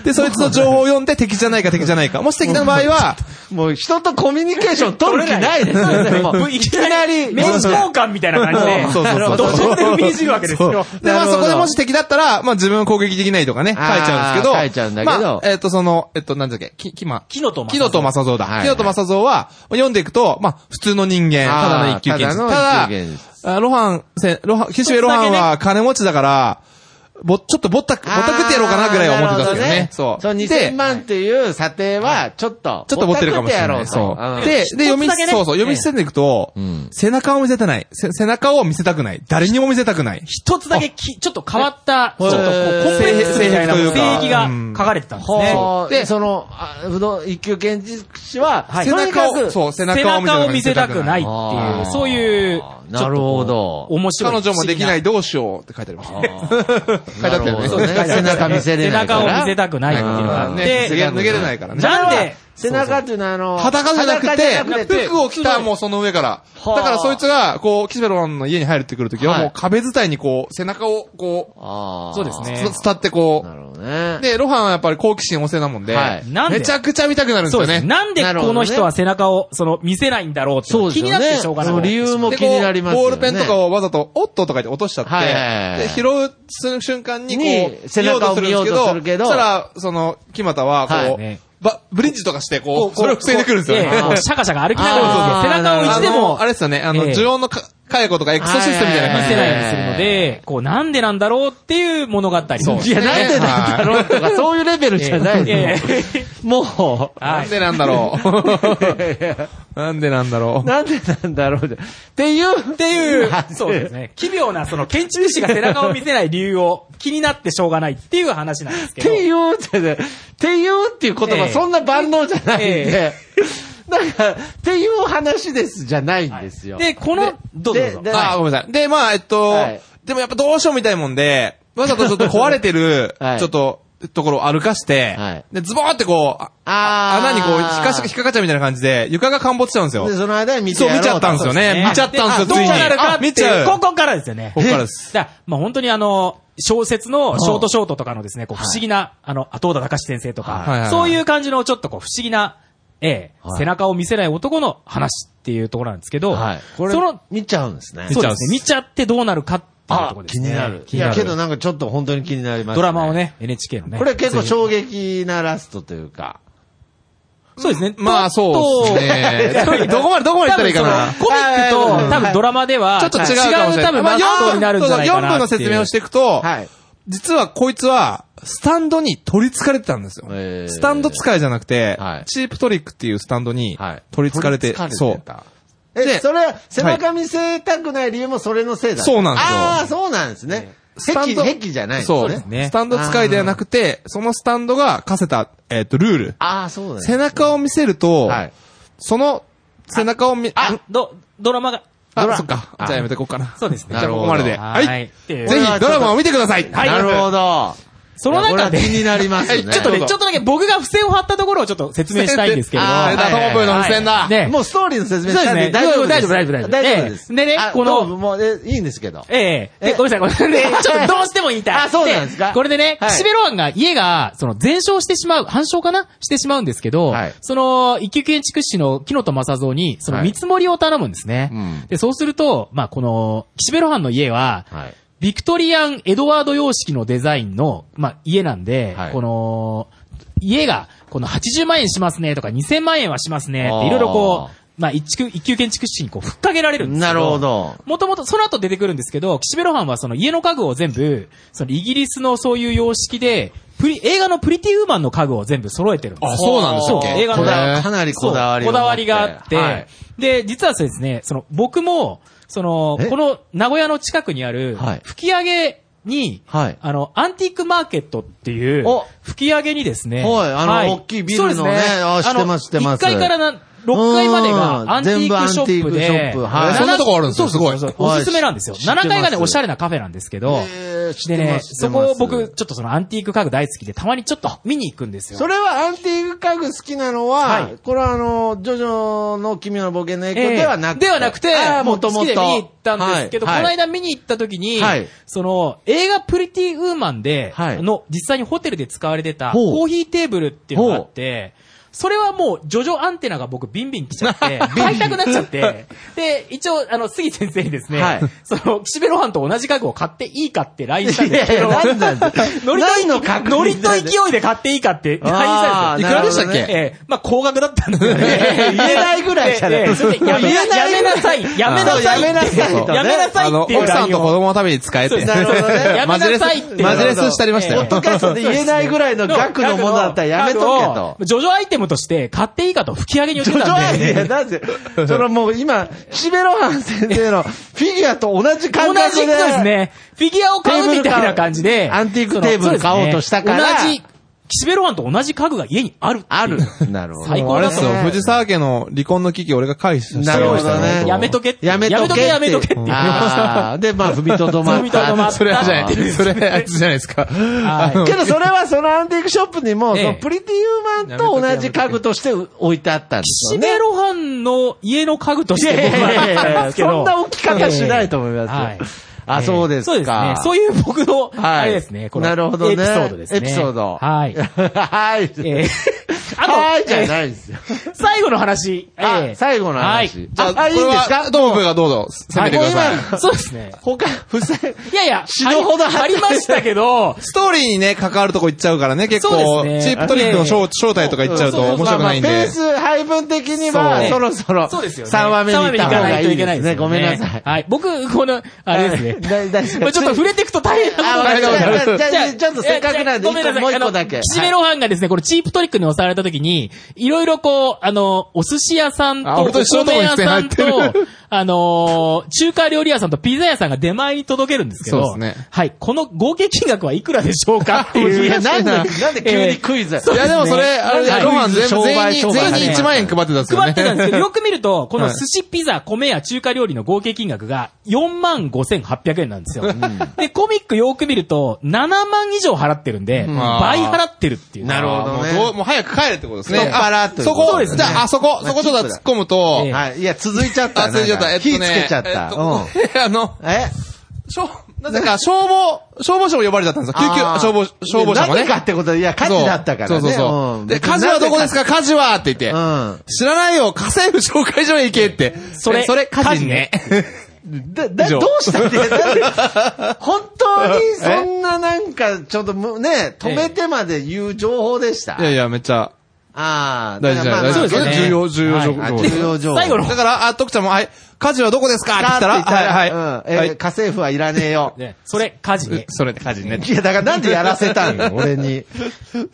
S2: で、そいつの情報を読んで敵じゃないか敵じゃないか。もし敵な場合 は、
S1: もう人とコミュニケーション取る気ないですよね。もう
S3: いきなり、名刺交換みたいな感じで、
S2: そうそうそう
S3: どこで踏みにじるわけですよ。
S2: で、ま
S1: な
S2: あ
S1: るほ
S2: そ
S1: ど
S2: こでもし敵だったら、まあ自分攻撃できないとかね、書いちゃうんですけど。
S1: あー書いちゃうんだけど
S2: まあ、えっ、と、その、えっ、と、なんだっけ、き、きま、
S3: 木野と
S2: 木
S3: 正蔵
S2: 野と正蔵だ。
S1: はい
S2: 木野と正蔵は、読んでいくと、まあ、普通の人間、
S1: あ
S2: た
S1: ー
S2: だの一級建
S1: た
S2: 築。
S1: だの
S2: た
S1: 一級建築
S2: だ、あロハン、せ、ロハン、岸辺ロハンは金持ちだから、ぼ、ちょっとぼったく、ぼったくってやろうかなぐらいは思ってたんですよね。そう。
S1: そう、
S2: で
S1: 2000万っていう査定は、ちょっと、
S2: ちょっと持ってるかもしれ
S1: ぼ
S2: な
S1: っ
S2: い。
S1: たくってやろ
S2: そ
S1: と
S2: うう。で、で、読み、
S3: 一つだけね
S2: そうそう、読み進んでいくと
S1: ん、
S2: 背中を見せたない。せ背中を見せたくない。誰にも見せたくない。
S3: 一つだけき、ちょっと変わった、ちょ
S1: い
S3: っとこう、コンプレックスみたいな
S2: 性癖というか
S3: 性域が書かれてたんですね。
S1: ほう
S2: で
S1: で、その、あ不動一級建築士は、
S2: 背中を、そう、背
S3: 背中
S2: 中
S3: を
S2: を見
S3: 見
S2: せ
S3: せ
S2: た
S3: た
S2: く
S3: く
S2: な
S3: ないいっ。ていう、そういう、
S1: なるほど
S3: 面白い。。
S2: 彼女もできないい、どうしようって書いてありましたね。
S1: 書
S2: いてあったよね
S1: 背中見せれ
S3: 背
S1: ないから。
S3: 中を見せたくないっていうのが
S1: う
S3: あ
S1: ん
S3: っ
S2: ね、脱
S3: て、
S2: げ脱げれないからね。
S3: なんで、
S1: 背中っていうのはあの、
S2: 裸じゃなく
S1: 裸
S2: て、服を着たもうその上から。
S1: はあ
S2: だからそいつが、こう、岸辺露伴の家に入ってくるときは、
S1: はい
S2: もう壁伝いにこう、背中をこ
S1: ああ。
S3: そうです
S2: う、
S3: ね
S2: つ伝ってこ
S1: な
S2: う。
S1: るほどね。
S2: で、露伴はやっぱり好奇心旺盛なもんで
S1: はい、
S3: なんで
S2: めちゃくちゃ見たくなるんです
S3: そう
S2: よ
S3: です
S2: ね
S3: ね。。なんでこの人は背中を、その、見せないんだろうっていうのが気になってしょうがない。
S1: その理由も
S2: で
S1: 気になります
S2: こう
S1: よ
S2: ボー
S1: ね。
S2: ルペンとかをわざと、おっととか言って落としちゃ
S1: はいはいはい
S2: って、で、拾う瞬間にこう、
S1: に背中を見ようとするけど
S2: そしたら、その、木俣は、
S1: は
S2: こ
S1: いう
S3: ね、
S2: ば、ブリッジとかして、こう、それを防いでくるんですよ
S3: ええこ
S2: ね
S3: う。シャカシャカ歩きなが
S1: あ
S3: ら
S1: ー
S3: 背中を
S1: う
S2: あ
S3: 一で
S2: の、
S3: も
S2: あれですよね、あの、
S3: ええ
S2: 呪音のか解雇とかエクソシストみたいな
S3: 見
S2: 感じ
S3: せ
S2: で
S3: ないようにするので、こう、なんでなんだろうっていう物語。そう
S1: いや、なんでなんだろうとか、そういうレベルじゃないです
S3: ええ
S1: もう、
S3: は
S2: ないんでなんだろう。なんでなんだろう。
S1: なんでなんだろうじゃ。っていう、
S3: っていう、そうですね。奇妙な、その、建築士が背中を見せない理由を気になってしょうがないっていう話なんです
S1: っ
S3: けど。
S1: ていうってね、っていうっていう言葉、
S3: ええ
S1: そんな万能じゃないんで、なんか、っていう話ですじゃないんですよ。
S3: で、この、どうぞどうぞ
S1: で。
S2: あーごめんなさい。で、まあ、えっと、
S1: はい
S2: でもやっぱどうしようみたいもんで、わざとちょっと壊れてる
S1: は、い
S2: ちょっと、ところを歩かして、
S1: はい
S2: で、ズボーってこう、あ
S1: あー
S2: 穴にこう、引っかし引っかかっちゃうみたいな感じで、床が陥没しちゃうんですよ
S1: で、。その間に見て
S2: そう、
S1: やろ
S2: 見
S1: う
S2: ちゃったんですよね。見ちゃったんですよ、ついに。
S3: どうなるか
S2: あ
S3: っていう
S2: 見ちゃう。
S3: ここからですよね。
S2: ここからです。
S3: だからまあ本当にあの、小説のショートショートとかのですね、こう不思議な、あの、後田隆先生と
S2: はいはいは
S3: か
S2: い、
S3: そういう感じのちょっとこう不思議な、ええ
S1: はい
S3: 背中を見せない男の話っていうところなんですけど、
S1: はい。
S3: こ
S1: これ
S3: れその、、
S1: 見ちゃうんですね。
S2: 見
S3: そう
S2: ちゃうん
S3: で
S2: です
S3: すね、見ちゃってどうなるかっていうところですね。気
S1: い
S3: にな
S1: や、
S3: る
S1: けどなんかちょっと本当に気になります、
S3: ドラマを。ね、NHK のね。
S1: これ結構衝撃なラストというか。
S3: そうですね。
S2: まあ、そうですね。
S3: と
S2: どこまで、どこまでいったらいいかな。
S3: コミック
S1: はい
S3: と、多分ドラマでは、
S2: ちょっと違うかもしれない。
S3: 違う多分
S2: ま
S3: ラストになるんじゃないか
S2: 4
S3: な
S2: 分の
S3: っていう。
S2: 説明をしていくと、
S1: はい。
S2: 実はこいつは、スタンドに取り憑かれてたんですよ。
S1: へー
S2: スタンド使いじゃなくて、
S1: はい
S2: チープトリックっていうスタンドに
S1: はい。
S2: 取り憑かれて、
S1: 取り
S2: そ
S1: 憑
S2: う。
S1: かれてた。え、
S2: で
S1: それ、背中見せたくない理由もそれのせいだ、
S2: そうなんですよ
S1: ああ、そうなんですね。
S2: スタ
S1: 壁、
S2: ンド
S1: 壁じゃないんですね。
S2: そう
S3: ですね
S2: スタンド使いではなくて、そのスタンドが課せた、えっ、と、ルール。
S1: ああ、そうなんです
S2: 背中を見せると、
S1: はい。
S2: その背中を見、
S3: あ、ど、ドラマが、
S2: あ
S1: ドラ
S2: そっか。じゃあやめてこうかな。
S3: そうですね。
S2: じゃあここまでで。はい。ぜ
S3: っていう
S1: これはちょ
S2: ひ
S1: っと
S2: ドラマを見てください。
S3: はい
S1: なるほど。
S3: その
S1: いや
S3: 中
S1: これ
S3: で
S1: は、気になりますね。
S3: ちょっとね、
S2: どう
S3: ち
S2: ぞ
S3: ょっとだけ僕が付箋を貼ったところをちょっと説明したいんです けれど。
S2: あー
S1: はい
S2: ダトーブの付箋だ。
S3: ね。
S1: もうストーリーの説明したんで、
S3: そう
S1: 大丈夫です。
S3: ですね大丈夫大丈夫
S1: 大
S3: 大丈夫
S1: 丈夫です。
S3: ええでね
S1: あ
S3: この
S1: どうももう、え、いいんですけど。
S3: ええで
S1: え
S3: ごめんなさい、ごめんなさい。 でちょっとどうしても言いたい。
S1: あそうなんですか
S3: これでね、
S1: はい
S3: 岸辺露伴が家が、その全焼してしまう、半焼かなしてしまうんですけど、
S1: はい
S3: その、一級建築士の木野と正蔵に、その
S1: はい
S3: 見積もりを頼むんですね。
S1: うん
S3: で、そうすると、まあ、この、岸辺露伴の家は、
S1: はい。
S3: ビクトリアン・エドワード様式のデザインの、まあ、家なんで、
S1: はい
S3: この、家が、この80万円しますねとか2000万円はしますねって、いろいろこ
S1: あ
S3: う、まあ、一級、一級建築士にこう、ふっかけられるんです
S1: な
S3: け
S1: るほど。
S3: もともと、その後出てくるんですけど、岸辺露伴はその家の家具を全部、そのイギリスのそういう様式で、プリ、映画のプリティウーマンの家具を全部揃えてるんですよ
S2: あそうなんでしたっけ
S3: そう映画の
S1: こだわかなりこだわりを
S3: そ
S1: 持って
S3: うこだわりがあって、
S1: はい
S3: で、実はそうですね、その僕も、その、
S1: え
S3: この名古屋の近くにある
S1: はい、
S3: 吹き上げに、
S1: はい
S3: あの、アンティークマーケットっていう
S1: お、
S3: 吹き上げにですね、
S1: はいあの大きいビルのね
S3: そうです
S1: あ知ってます知ってます
S3: あの1階からな6階まで
S1: うん
S3: がアンティークショッ
S1: 全部アン
S3: プ
S1: ティーク
S3: で
S1: ショップ、はい
S2: えそんなとこあるんですよ
S3: そうそうそう
S2: すごい
S3: そうおすすめなんですよ。
S1: はい知ってます
S3: 7階がね、おしゃれなカフェなんですけど、
S1: えー知っ
S3: で
S1: て
S3: ね
S1: ま、す
S3: そこを
S1: 知ってま
S3: 僕、
S1: す
S3: ちょっとそのアンティーク家具大好きで、たまにちょっと見に行くんですよ。
S1: それはアンティーク家具好きなのは、
S3: はい
S1: これはあの、ジョジョの奇妙な冒険の影
S3: え
S1: 響
S3: え
S1: ではなくて。
S3: ではなくて、も
S1: も
S3: う好
S1: とも
S3: き
S1: と。
S3: で見に行ったんですけど、こ
S1: はい
S3: の間見に行った時に
S1: はい、
S3: その、映画プリティウーマンで、
S1: はい
S3: の、実際にホテルで使われてた、
S1: ほう
S3: コーヒーテーブルっていうのがあって、それはもう、ジョジョアンテナが僕ビンビン来ち ゃって、買いたくなっちゃって、で、一応、あの、杉先生にですね、
S1: はい
S3: その、岸辺露伴と同じ家具を買っていいかって LINE したん
S1: い
S3: です
S1: やい
S3: けど、
S1: や、何なん だ
S3: ノリ
S1: 何の
S3: と
S1: 確認
S3: ノリと勢いで買っていいかって、大
S1: あーい
S3: 事ですよ。
S1: くらでしたっけ。
S3: なるほどねええまあ、高額だったんですよね
S1: 言えないぐらいじゃない
S3: ええええそれでやめ
S1: 言え
S3: な
S1: ない
S3: やめなさい。やめなさい。
S1: そうやめなさいとね
S3: やめなさい
S2: あの、
S3: っていう
S2: 奥さんと子
S3: LINE を
S2: 供のために使え
S3: そう
S2: て。
S3: ですなるほどねやめなさいっていう
S2: マジレスしてありました
S1: ポッ
S3: え
S2: よ
S3: え。
S1: ドキャストで言えないぐらいの額のものだったらやめとけと。
S3: ジョジョアイテムとして買っていいかと吹き上げに言っ
S1: ジョ
S3: て
S1: ジョ
S3: た
S1: ア
S3: ん
S1: イ
S3: で。
S1: デアなんですよ。そのもう今、岸辺露伴先生 のフィギュアと同じ
S3: 同
S1: 感覚
S3: じ
S1: で。
S3: そうですね。フィギュアを買うみたいな感じで。
S1: テーブル買うアンティークテーブル買おうとしたから
S3: そうですね同じ、岸辺露伴と同じ家具が家にあるっていう。
S1: ある。なるほど。
S3: 最
S2: もう
S3: 高
S2: あれ
S3: だ
S2: っ
S3: と
S2: す
S3: 思う
S2: よ、藤沢家の離婚の危機俺が回避して
S1: なるほどね。
S3: やめとけって
S1: やめとけって。
S3: やめとけって
S1: あーで、まあ、踏みとどま
S3: 踏
S1: っ
S3: みとどま
S1: た
S3: っ。
S2: それはじゃない、それあいつじゃないですか。あの
S1: けど、それはそのアンティークショップにも、
S3: ええ
S1: そのプリティウーマンと同じ家具として置いてあったんです
S3: 岸
S1: よ
S3: 辺
S1: ね。
S3: 露伴の家の家具とし
S1: い
S3: て
S1: や
S3: 僕
S1: い
S3: は
S1: や
S3: 買
S1: い
S3: っ
S1: やい
S3: た
S1: や
S3: んですけど。
S1: そんな置き方しないと思いますよ。あ、そうですか。
S3: そうですね。そういう僕の、
S1: はい
S3: あれですね。この
S1: なるほどね。
S3: エピソードですね。
S1: エピソード。。
S3: はい
S1: はい。
S3: えーあと、
S1: はい、じゃ
S3: え
S1: ないですよ。
S3: ー最後の話。え
S1: あ、
S3: ー
S1: 最後の
S3: は
S1: 話。
S2: じゃあ、
S1: あ、いいんです
S2: これは
S1: か
S2: ドーブがどうぞ、攻めてくだ
S1: はいもう
S2: さい。
S1: 今
S3: そうですね。
S1: 他、不正。
S3: いやいや、
S1: 死ぬほど
S3: ありありましたけど、
S2: ストーリーにね、関わるとこ行っちゃうからね、結
S3: そ
S2: 構、
S3: うです
S2: チ
S3: ね
S2: ープトリックの正正体とか行っちゃうと面白くないん
S1: まあまあペ
S2: で
S1: ー。ス配分的には、
S3: そう
S1: そろ そろ、
S3: そうですよね。
S1: 3話目に行った方がいい
S3: 三話目に行かな
S1: です
S3: いとい
S1: ね。
S3: け
S1: ご
S3: な
S1: めん
S3: い
S1: な
S3: ですよ
S1: さい。
S3: はい。僕、この、あれですね。
S1: 大大丈
S3: ま
S1: 夫
S3: あちょっと触れていくと大変なことになる
S1: あわかりました
S3: じゃあ
S1: じゃあちょっとせっかくなんで
S3: いやいやごめんなさ
S1: 一個
S3: い
S1: もう一個だけ
S3: あの岸辺露伴がですね、このチープトリックに押された時に、いろいろこう、あの、お寿司屋さんと、
S2: あ
S3: お
S2: 俺と一緒のと
S3: 米
S2: こに
S3: 屋さん
S2: 入って
S3: と、あのー、中華料理屋さんとピザ屋さんが出前に届けるんですけど、
S2: そうですね
S3: はい、この合計金額はいくらでしょうかっていう。
S1: いや、 なんで、なん
S3: な
S1: で急にクイズ、
S2: いや、でもそれ、あれ、
S1: はい
S2: ロハン全部
S1: 商
S2: 全
S1: 売
S2: 員
S1: 商
S2: に、
S1: 売
S2: 全員に1万円配ってたんですよ
S3: 配
S2: ね。
S3: ってたんですけど、よく見ると、この
S2: はい
S3: 寿司、ピザ、米や中華料理の合計金額が4万5800円なんですよ。で、コミックよく見ると、7万以上払ってるんで、
S2: ん
S3: 倍払ってるっていう。
S1: なるほどね
S2: あーもううもう早く帰れってことですね。
S1: 太っ腹
S2: あ
S1: という
S2: そ
S1: こと
S2: こ、
S1: ですね
S2: じゃあ、あそこ、そこちょっと突っ込むと
S3: え、え
S1: はい。いや、続いちゃった。
S2: あ、ついちゃった。
S1: な
S2: え
S1: ん
S2: っ
S1: か
S2: と
S1: 火
S2: ね
S1: つけちゃっ
S2: え
S1: た。
S2: と
S1: うん。
S2: あの、
S1: え
S2: しょなぜか消防、消防車も呼ばれちゃったんですよ。救急、
S1: あー
S2: 消防、消防車
S1: な
S2: もね。
S1: ぜかってことで、いや、火事だったからね。
S2: そうそうそう。
S1: ん
S2: で、火事はどこですか火事はって言って。
S1: うん。
S2: 知らないよ、火災部紹介所へ行けって。
S3: それ
S2: えそれ、火事ね。
S1: だ、だ、
S2: 以
S1: ど
S2: 上
S1: うしたって、だ って本当にそんななんか、ちょっとむね、止めてまで言う情報でした。
S2: いやいや、めっちゃ、
S1: ああ、
S2: 大事
S1: だ
S2: だ
S1: か
S2: よ。
S1: ら
S2: 大
S1: まあ
S2: 事
S3: そ
S2: だ
S3: う
S2: よ
S3: ですよ
S2: 重要、重要
S3: ね
S2: 情報
S1: はい重要情報。
S3: 最後の
S2: だから、あ、徳ちゃんも、はい、火事はどこですかって言ったら、
S1: あ
S2: は
S1: はい
S2: い、
S1: は。
S2: はいい。
S1: うん。
S2: は
S1: えー、
S2: い
S1: 家政婦はいらねえ よ。
S3: ねそれ、火事ね。
S2: それ、火事ね。
S1: いや、だからなんでやらせ たんよ、俺に。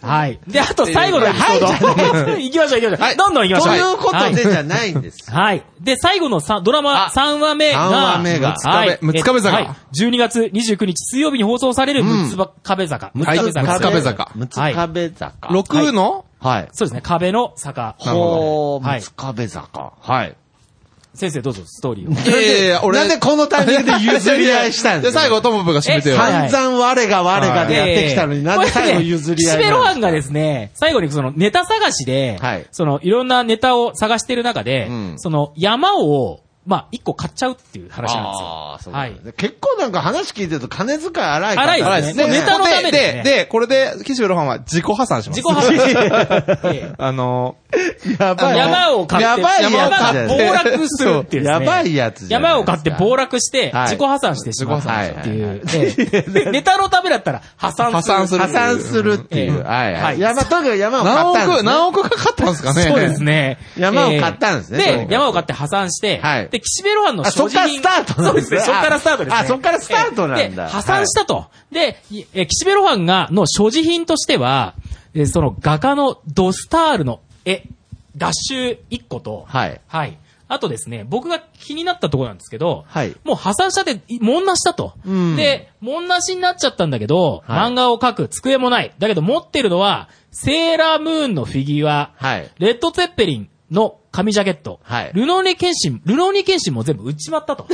S3: はい。で、あと最後のエピソード。 行きましょう行きましょ
S2: は
S3: う。
S2: い
S3: どんどん行きましょ
S1: という
S3: う。
S1: ことで
S3: は
S1: じゃないんです。
S3: はい。で、最後のさドラマ
S1: あ
S3: 3話目が、
S1: 三話目が
S3: はい
S2: 六壁六壁坂
S3: はい12月29日水曜日に放送される六つば壁坂。六
S2: はい
S3: 壁 坂
S2: 六壁坂
S1: 六壁坂。
S2: 6の、
S1: はい。
S3: そうですね、壁の坂。
S2: なるほど
S1: ほう、
S3: はい
S1: 六壁坂。はい。
S3: 先生どうぞ、ストーリーを。
S2: いやいやいや、俺
S1: なんでこのタイミングで譲り合いしたんで
S2: です
S1: か
S2: 最後、トムブが締めてよ。
S3: はい
S1: 散々我が我がでやってきたのに、なんで最後譲り合い
S3: これね岸辺露
S1: な
S3: 伴がですね、最後にそのネタ探しで、
S1: はい
S3: そのいろんなネタを探してる中で、
S1: うん
S3: その山を、まあ、一個買っちゃうっていう話なんですよ。
S1: ああ、そうなんですね結構なんか話聞いてると金遣い荒い方
S3: 荒い
S2: はい
S3: で
S2: ですす
S3: ね
S2: ね。
S3: もうネタのためです
S2: で、
S3: ね
S2: で、これで、岸辺露伴は自己破産します。
S3: 自己 発信。ええ
S2: あの、
S1: やばい。
S3: 山を買って、
S1: やばいやつ
S3: 山が
S1: じゃない
S3: 暴落するっていうですね。
S1: やばいやつじゃない
S3: 山を買って暴落して、
S1: はい
S3: 自己破産してしまうっていう。ええ でネタのためだったら破産する。
S2: 破産する
S1: 破産するっていう。
S3: ええ
S1: はいは
S3: はい
S1: い。山、とにかく山を買
S2: 何
S1: ったんです
S2: 億、
S1: ね。
S2: 何億かかったんですかね。
S3: そうですね。
S1: 山を買ったんですね
S3: ええ
S1: とにか
S3: で、
S1: く
S3: 山を買って破産して、
S1: はい
S3: で、岸辺露伴の
S1: あ、そっ
S3: 所持
S1: から
S3: 品
S1: スタートな
S3: そ
S1: ん
S3: うで
S1: ですす
S3: ね。
S1: ね。
S3: そっからスタートですね。
S1: あ、そっからスタートなん
S3: ええ
S1: だ。
S3: で破産したと。で、いえ岸辺露伴が、の所持品としては、えその画家のドスタールの絵、合集1個と、
S1: はい。はい。
S3: はい。あとですね、僕が気になったところなんですけど、
S1: はい
S3: もう破産したで、いもんなしたと。
S1: うん
S3: で、もんなしになっちゃったんだけど、
S1: はい
S3: 漫画を描く机もない。だけど持ってるのは、セーラームーンのフィギュア、
S1: はい。
S3: レッド・ツェッペリンの紙ジャケット、
S1: はい
S3: ルノーニケンシン、ルノーニケンシンも全部売っちまったと。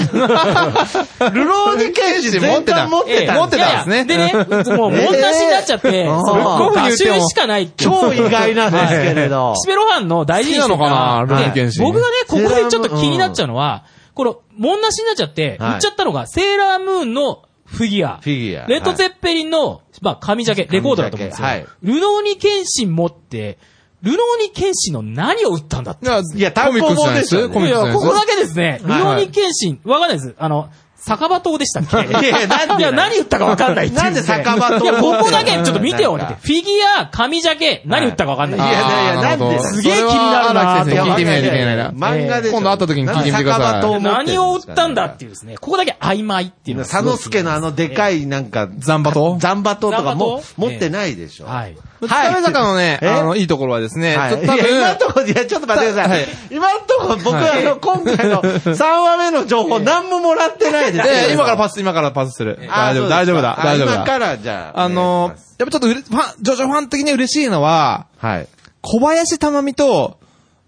S1: ルローニケンシン
S2: 持
S1: 全
S2: ってた
S1: 巻 持ってた。
S2: 持ってたんですね
S3: いやいやでね、もうもんなしになっちゃって、
S1: えー
S3: その
S1: あ
S2: ー
S3: 画集しかないっていう。
S1: 超意外なんですけれど。
S3: シベロハンの大事にしてた
S2: 好きなのかなル
S3: で
S2: ノーニケンシン
S3: 僕がね、ここでちょっと気になっちゃうのは、この、もんなしになっちゃって、
S1: はい
S3: 売っちゃったのが、セーラームーンのフィギュア。
S1: フィギュア
S3: レッド・ゼッペリンの、まあ、紙ジャケ、レコードだと思うんですよ。
S1: はい
S3: ルノーニケンシン持って、ルノーニケンシンの何を売ったんだって。
S1: いや単行本ですよね
S2: コ
S3: い
S2: ミックスじゃな
S3: や、
S2: いです
S3: ここだけですね。ル
S1: はい
S3: ノーニケンシン、わかんないです。あの、酒場島でしたっけ
S1: いやなんで
S3: いや、何売ったかわかんないっていう
S1: なんで酒場島
S3: いや、ここだけ、ちょっと見てよ。
S1: なん
S3: だ
S1: か
S3: ってフィギュア、紙ジャケ、何売ったかわかんない。
S1: いやいやいや
S2: あーるほど
S1: なんです
S3: げえ気になるなー
S2: それは荒木先生聞いてみないといけない
S1: や
S2: な。
S1: 漫画でしょ。
S2: 今度会った時に聞いてみてください
S3: 何を売ったんだって
S1: い
S3: いうですね。ここだけ曖昧っていう
S1: う。
S3: のが
S1: 佐野助のあのでかいなんか、
S2: ザンバと
S1: ザンバ島とかも
S3: ザンバ島
S1: 持ってないでしょ。
S3: はい。
S2: 疲れ坂のね、
S1: え
S2: あの、いいところはですね、
S1: はい
S2: ちょっと多
S1: いや今
S2: 分
S1: ん、とこ、いや、ちょっと待ってください。
S2: はい
S1: 今んとこ、僕、あの、今回の3話 目の情報、何ももらってないです。
S2: で、今からパス、今からパスする。
S1: あ
S2: 大
S1: ーそ
S2: 丈
S1: う
S2: 夫、
S1: です
S2: 大丈夫だ、
S1: あ
S2: 大丈夫
S1: 今か
S2: だ。
S1: ら、じゃあ。
S2: あの、やっぱちょっとうれ、ファン、ジョジョファン的に嬉しいのは、
S1: はい。
S2: 小林珠美と、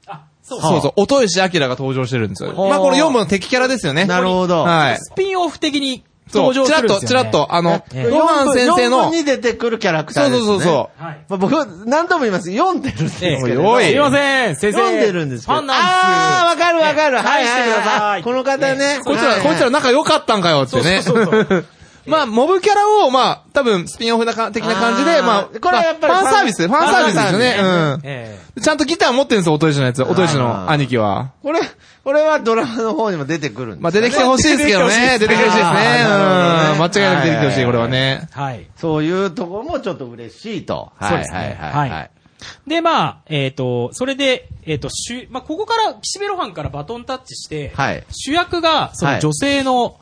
S3: あ、そう
S2: そうそう、音石明が登場してるんですよ。
S1: ほう
S2: まあこの4部の敵キャラですよね。
S1: なるほど
S2: はい。
S3: スピンオフ的に
S2: そう、
S3: 登
S2: チラ
S3: 場する
S2: ッ
S3: んですよ、
S2: と、
S3: ね。
S2: チラッ。と、あの、
S3: え
S1: 4
S2: ロハン先生の、
S1: に出てくるキャラクタ
S2: そ
S1: ー
S2: う
S1: です、ね。
S2: そうそうそ
S3: はい。
S1: まあ、僕、何度も言います。読んでるんですけど、
S2: ええおい
S3: すいません、先生。
S1: 読んでるんですけ
S3: フ
S1: ど。
S3: ァ
S1: あ
S3: ン
S1: ー、
S3: なん
S1: わ
S3: です。
S1: かるわかる。
S3: え
S1: はい
S3: え返してください
S1: はいはい。この方ね。
S2: う。こいつら、こいつら仲良かったんかよってね。
S3: そうそ うそう
S2: まあ、モブキャラを、まあ、多分、スピンオフなか的な感じ
S1: あ
S2: で、
S1: ー
S2: まあ、
S1: これはやっぱり
S2: まあファンサービス、ファンサービスですよね
S1: ファンサービス。
S2: うん。
S3: え
S2: ちゃんとギター持ってるんですよ、おといしのやつ。おといしの兄貴は。
S1: これ、これはドラマの方にも出てくるんです
S2: まあ、出てきてほしいですけどね。
S3: 出
S2: 出
S3: て
S2: て
S3: き
S2: き
S3: て
S2: て
S3: ほ
S2: ほし
S3: しい
S2: い
S3: で
S2: です
S1: ね
S2: すね。うん。間違いなく出てきてほし
S1: はい
S2: い、これはね。
S3: えはい。
S1: そういうとこもちょっと嬉しいと。
S3: そうですね。
S1: はいはいはい。
S3: で、まあ、えっ、と、それで、えっ、と、主、まあ、ここから、岸辺露伴からバトンタッチして、
S1: はい
S3: 主役が、そ
S1: は
S3: の
S1: い
S3: 女性の、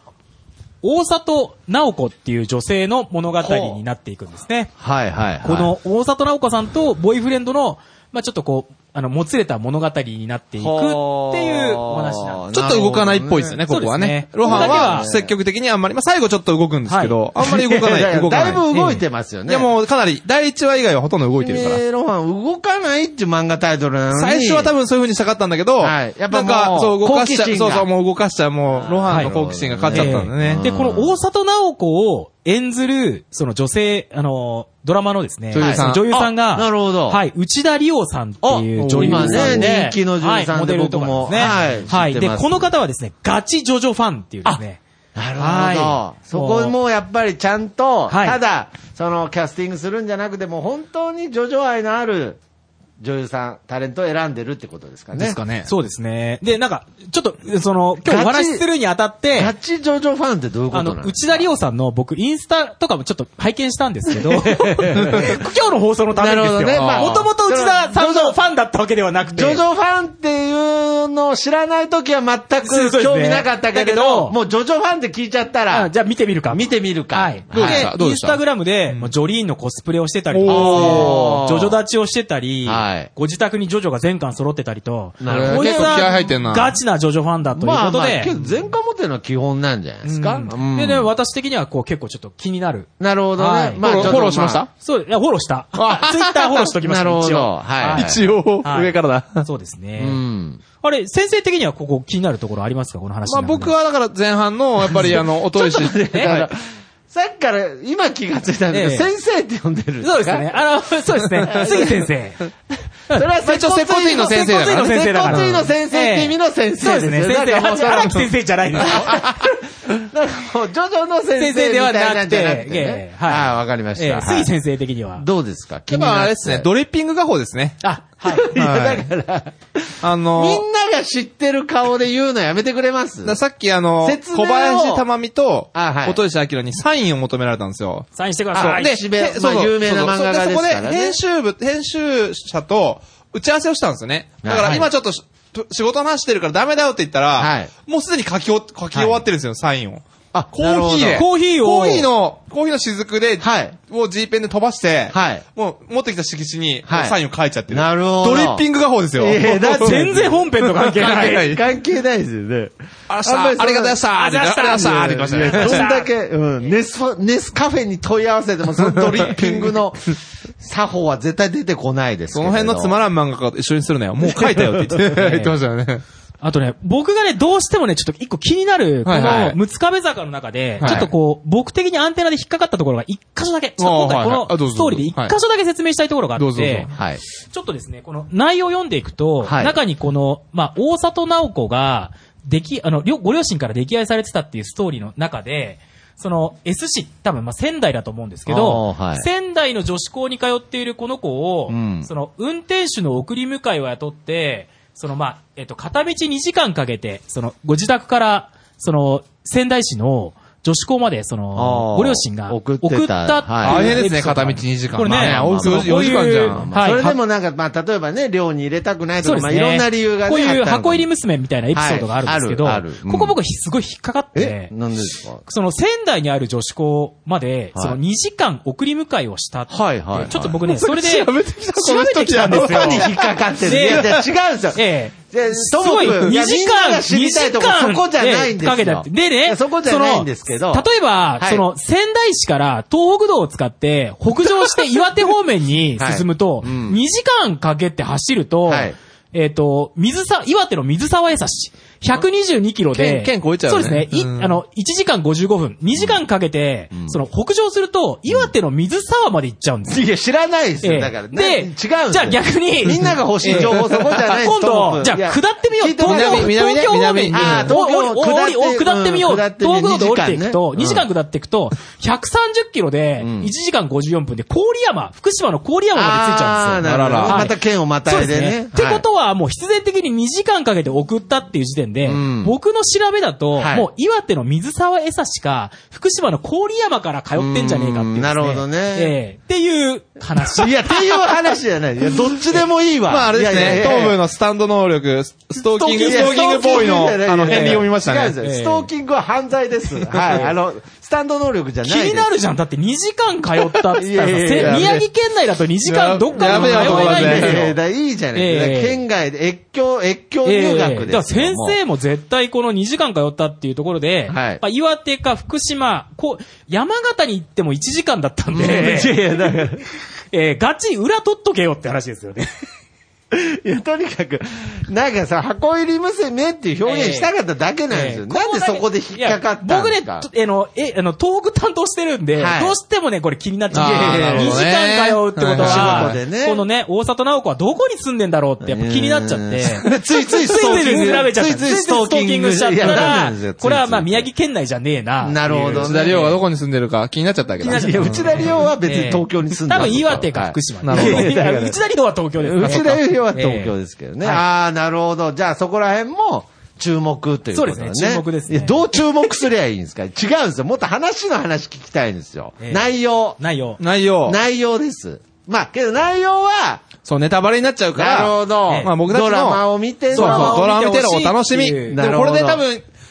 S3: 大里直子っていう女性の物語になっていくんですね。
S1: はいはいはい。
S3: この大里直子さんとボーイフレンドのまあちょっとこう、あの、もつれた物語になっていくっていうお話なんで
S2: ちょっと動かないっぽいですよね、
S3: なる
S2: こ
S3: ほどね
S2: こはね。
S3: そうですね
S2: ロハン
S3: ここだけ
S2: は
S3: は
S2: 積極的にあんまり、まあ最後ちょっと動くんですけど、あんまり動かない
S1: や、や
S2: 動か
S1: だ
S2: ない
S1: い。ぶ動いてますよね。
S2: いやもうかなり、第1話以外はほとんど動いてるから。
S1: ロマン動かないっていう漫画タイトルなのに。
S2: 最初は多
S1: 分、
S2: 分そういう風にしたかったんだけど、
S1: はいやっぱ
S2: なんか
S1: もう
S2: そう動かしちゃ
S1: 好奇心
S2: う、そう
S1: が
S2: そう、もう動かしちゃう、もう、ロハンの好奇心が勝っちゃったんだ
S1: はい
S2: ね
S1: うん。
S3: で、この大里直子を演ずる、その女性、あの、ドラマのですね、
S2: 女優さん
S3: はい女優さんが、
S1: あなるほど
S3: はい、内田理央さんっていう女優さんで。
S1: あ今ね人気の女優さんで
S3: はいモデルとか
S1: 僕も
S3: ですね。
S1: はい
S3: はい。
S1: 知って
S3: で、
S1: ます
S3: この方はですね、ガチジョジョファンっていうですね。
S1: なる
S3: は
S1: ほ
S3: い
S1: ど。そこもやっぱりちゃんと、
S3: はい
S1: ただ、そのキャスティングするんじゃなくて、もう本当にジョジョ愛のある女優さん、タレントを選んでるってことですかね。
S2: ね
S3: そうですね。で、なんか、ちょっと、その、今日お話しするにあたって、
S1: ガチジョジョファンってどういうこ
S3: あ
S1: とな
S3: の、
S1: の
S3: 内田理央さんの僕、インスタとかもちょっと拝見したんで すけど、今日の放送のためにです
S1: な
S3: よ。
S1: るほどねまあ
S3: もともと内田さんのファンだったわけではなくて、
S1: ジョジョファンっていうのを知らないときは全
S3: そうです
S1: く
S3: ね
S1: 興味なかったけれ
S3: だけど
S1: ど、もうジョジョファンって聞いちゃった
S3: あ
S1: ら、
S3: じゃあ見てみるか。
S1: 見てみるか。
S3: はい。
S2: どうでした
S3: で
S2: どう
S3: イン
S2: でし
S3: ス
S2: た
S3: タグラムで、もうジョリーンのコスプレをしてたりとかです
S1: お
S3: ね
S1: ー、
S3: ジョジョ立ちをしてたり
S1: はい、
S3: ご自宅にジョジョが全巻揃ってたりと、
S1: なるほど
S3: こういう
S2: 結構気合入ってんな
S3: ガチなジョジョファンだという
S1: まあ
S3: こと
S1: まあ、
S3: で
S1: け、ど全科持ってるのは基本なんじゃないですか。
S3: うんでね、私的にはこう結構ちょっと気になる。
S1: なるほど
S3: はい
S1: ね。まあ
S2: フォ
S1: ちょっと
S2: ローフォローしました
S1: あ
S3: そう、いや、フォローした。ツイッターフォローしときまし た。
S1: なるほど
S3: 一応
S1: はい
S2: 一応、
S3: はい
S2: 上からだ。
S3: そうですね。
S1: うん。
S3: あれ、先生的にはここ気になるところありますかこの話
S2: まあ
S3: の中で
S2: 僕。はだから前半の、やっぱりあ の、おといし、
S1: だからさっきから今気がついたんだけ
S3: ええ
S1: ど、先生って呼んでるん
S3: そうですね。。あの、そうで すね。杉先生。
S1: そ れは
S2: 一応接骨院の先生だから
S3: ね
S1: 接骨院の先生って意味の先
S3: そう
S1: 生
S3: ですね。
S1: よ
S3: 先生、
S1: なんかもうそれ
S3: 荒木先生じゃないです
S1: なん
S3: よ。
S1: かもうジョジョの先
S3: 先生
S1: 生み
S3: では
S1: たい
S3: なくて
S1: なんじゃなくて
S3: ええ
S1: ね。
S3: はい
S1: ああ、わかりまし
S3: ええ
S1: た。
S3: 杉
S1: はい
S3: 先生的には。
S1: どうですか気
S2: やっ
S1: にな
S2: ぱ
S1: って
S2: あれですね、ドリッピング画法ですね。
S3: あ、はい。
S1: いや
S2: はい
S1: だから、
S2: あの、
S1: みんなが知ってる顔で言うのやめてくれます
S2: だからさっきあの、
S1: 説明を
S2: 小林珠美と、
S1: あはい
S2: おといしあきらにサインを求められたんですよ。
S3: サインしてくだ
S1: あ
S3: さ。
S1: はいい岸辺
S2: へそうそう
S1: まあ有名な漫画家
S2: そうそう
S1: ですからね
S2: そこで、編集部、編集者と打ち合わせをしたんですよね。だか
S1: は
S2: ら
S1: い
S2: 今ちょっとし、と仕事の話してるからダメだよって言ったら、
S1: はい
S2: もうすでに書きお書き終わってるんですよ、サインを。
S1: あ
S2: コーヒーで。
S1: なる
S3: コ
S1: ほ
S3: ーヒーを
S2: コーヒーの、コーヒーの雫で、
S1: はい
S2: を G ペンで飛ばして、
S1: はい
S2: もう持ってきた色紙に、
S1: はい
S2: もうサインを書いちゃってる。
S1: なるほど
S2: ドリッピング画法ですよ。
S1: ええだって
S3: 全然本編と関係な
S2: はい
S3: い。
S2: は
S1: ど
S2: い
S1: 関係ないですよね。
S2: ありがとうございまし
S1: ん
S2: た。
S1: ま
S2: あり
S1: その
S2: がとうございました。
S3: ありがとうございました
S2: ありがとうございました。
S1: いやどんだけ、うん、ネスファ、ネスカフェに問い合わせても、そのドリッピング の作法は絶対出てこないです
S2: その辺のつま
S1: ら
S2: らん漫画家と一緒にするなよ。もう書いたよって言って言ってましたよね。
S3: あとね、僕がね、どうしてもね、ちょっと一個気になる、こ
S2: はいはいは
S3: の
S2: い
S3: 六壁坂の中で、
S2: はい
S3: ちょっとこう、僕的にアンテナで引っかかったところが一箇所だけ、ちょっと今
S2: あー
S3: 回こ
S2: はいはいあどう
S3: の
S2: ぞ
S3: ストーリーで一箇所だけ説明したいところがあ
S2: どう
S3: っ
S2: ぞどう
S3: て
S2: ぞ、
S1: はい。
S3: ちょっとですね、この内容を読んでいくと、
S1: はい
S3: 中にこの、まあ、大里直子が、でき、あの、両ご両親から溺愛されてたっていうストーリーの中で、その、S 市、多分、まあ、仙台だと思うんですけど、
S1: あーはい
S3: 仙台の女子校に通っているこの子を、
S1: うん
S3: その、運転手の送り迎えを雇って、その、まあ、えっと、片道2時間かけて、その、ご自宅から、その、仙台市の女子校まで、そ
S1: あ
S3: の、
S1: ー
S3: ご両親が
S1: 送
S3: 送っ
S1: ったて
S3: って
S1: た
S3: いう
S1: はい
S2: 大変ですね、
S3: エピソード
S2: 片
S3: が
S2: 道2時間。
S3: これね
S2: まあ
S1: まあ
S2: およそ
S1: まあ
S2: 4時間じゃ
S3: こうい
S2: ん
S3: う。
S2: まあ
S1: それでもなんか、まあ、例えばね、寮に入れたくないと
S3: そう
S1: か、
S3: です
S1: まあ、
S3: ね。
S1: いろんな理由がね。
S3: こういう
S1: あったの
S3: 箱入り娘みたいなエピソードがあるんですけど、
S1: はいあるあるうん
S3: ここ僕すごい引っかかっ
S1: え
S3: て、
S1: なんですか
S3: その仙台にある女子校まで、
S1: はい
S3: その2時間送り迎えをしたって、
S1: はいはいはい
S3: ちょっと僕 ね、それで、
S2: 調べてきたこの人
S3: 調べてきたんですよ
S1: どこ。に引っかかってる
S3: ね
S1: いやいや、違うんですよ。
S3: ええ
S1: ですとも
S3: ごい、
S1: かくい
S3: 2
S1: や
S3: 時
S1: みんな
S3: 間、
S1: が知りたいとこ
S3: 2時間
S1: そこじゃないんですよ
S3: かけてあってで
S1: い
S3: ね、
S1: やそこじゃないんですけど
S3: その例えば、
S1: はい
S3: その、仙台市から東北道を使って、北上して岩手方面に進むと、
S1: はいうん
S3: 2時間かけて走ると、
S1: はい
S3: えっ、と、水さ、岩手の水沢江差し、122キロで、
S2: 県県越えちゃう
S3: そう
S2: ね
S3: ですね。い、
S2: うん
S3: あの、1時間55分、2時間かけて、その、北上すると、岩手の水沢まで行っちゃうんですよ。
S1: いや、知らないです
S3: ええ
S1: よ。だから、な違うんです
S3: で、
S1: よ
S3: じゃあ逆に、
S1: みんなが欲しい情報そこじゃないです
S3: 今
S1: ともか
S3: 度、
S1: く
S3: じゃあ
S1: いや
S3: 下ってみよう。
S1: 聞いても
S3: 東
S1: ら
S3: 京
S1: え
S2: 南
S3: 東京方面
S2: 南
S1: あー東京
S3: おおお
S1: 下って
S3: 下ってみよう。
S1: うん下ってみよう
S3: 東北道で降りていくと、
S1: 二
S3: 2時
S1: 時
S3: 間
S1: 間ね
S3: 下っていくと、130キロで、
S1: ん
S3: 1時間54分で、郡山、福島の郡山まで着いちゃうんですよ。
S1: あーなるほど
S3: はい
S1: また県をまたいでね
S3: そうすって
S1: はい
S3: ことは、もう必然的に2時間かけて送ったっていう時点で
S1: ん、
S3: 僕の調べだと、
S1: はい
S3: もう岩手の水沢江差しか、福島の郡山から通ってんじゃねえかっていうですね。
S1: うんなるほどね
S3: ええっていう話。
S1: いや、っていう話じゃない。いや、どっちでもいいわ。
S2: まああれです
S1: いやいや
S2: ね、
S1: いや
S2: 頭部のスタンド能力、スストーキング、
S1: い
S2: ス
S1: や
S2: トーキングボー
S1: スト
S2: イ
S1: ーキングじゃない
S2: の、あの、
S1: いやいや
S2: 片鱗を見ました
S1: 違うんです
S2: ね。
S1: よストーキングは犯罪です。はい。あの、スタンド能力じゃない
S3: 気
S1: です。
S3: になるじゃん。だって2時間通ったって言ったら
S1: いや
S3: さ、
S1: いやいや
S3: せ宮城県内だと2時間どっか
S1: や
S3: でも
S1: め
S3: 通
S1: ようと思
S3: え
S1: いま
S3: ない
S1: す
S3: ん
S1: ねいやい
S3: だ
S1: や
S3: よ
S1: だ。からいいじゃないですか。
S3: ええ
S1: 県外で越境、越境
S3: え
S1: 入
S3: え
S1: 学
S3: だ
S1: で
S3: から
S1: すよ。
S3: 先生も絶対この2時間通ったっていうところで、
S1: はい
S3: やっぱ岩手か福島、こう、山形に行っても1時間だったん
S1: もう。
S3: で、
S1: いやいや、だから。
S3: えーガチ裏取っとけよって話ですよね。
S1: いや、とにかく、なんかさ、箱入り娘っていう表現したかっただけなんですよ。
S3: えー
S1: なんでそこで引っかかったんですか
S3: いや僕ね、とあの、え、あの、東北担当してるんで、
S1: はい
S3: どうしてもね、これ気になっちゃう。
S1: あーなるほ
S3: 2
S1: ど
S3: 時
S2: ね
S3: 間通うってことは、
S1: はいはい仕事でね
S3: このね、大里直子はどこに住んでんだろうってやっぱ気になっちゃって。
S1: うん ついついス
S3: つ
S1: トー
S3: いつ
S1: キン
S3: い
S1: グ。
S3: 調べちゃっ
S1: つい
S3: た。
S1: ついストーキング
S3: しちゃった
S1: いやそうな
S3: ら
S1: んですよつい、つい
S3: これはまあ宮城県内じゃねえな。
S1: なるほどね。
S2: 内田亮がどこに住んでるか気になっちゃったわけど。
S1: いや、内田亮は別に東京に住んで
S3: 多
S1: る
S3: 分岩手か福島。
S2: なるほど
S3: いやいや内田理は東京ですから。
S1: 内田亮は東京ですけどね。
S3: ええ
S1: ああ、なるほど。じゃあそこら辺も注目ということだね。
S3: そうですね注目ですね
S1: いやどう注目すりゃいいんですか違うんですよ。もっと話の話聞きたいんですよ。
S3: ええ
S1: 内容。
S3: 内容。
S2: 内容。
S1: 内容です。まあ、けど内容は、
S2: そう、ネタバレになっちゃうから。
S1: なるほど
S2: まあ僕たちの。
S1: ドラマを見ての
S2: そうそう、ドラマ見てのお楽し
S3: 見
S2: み。
S3: てほしい
S2: でもこれで多分、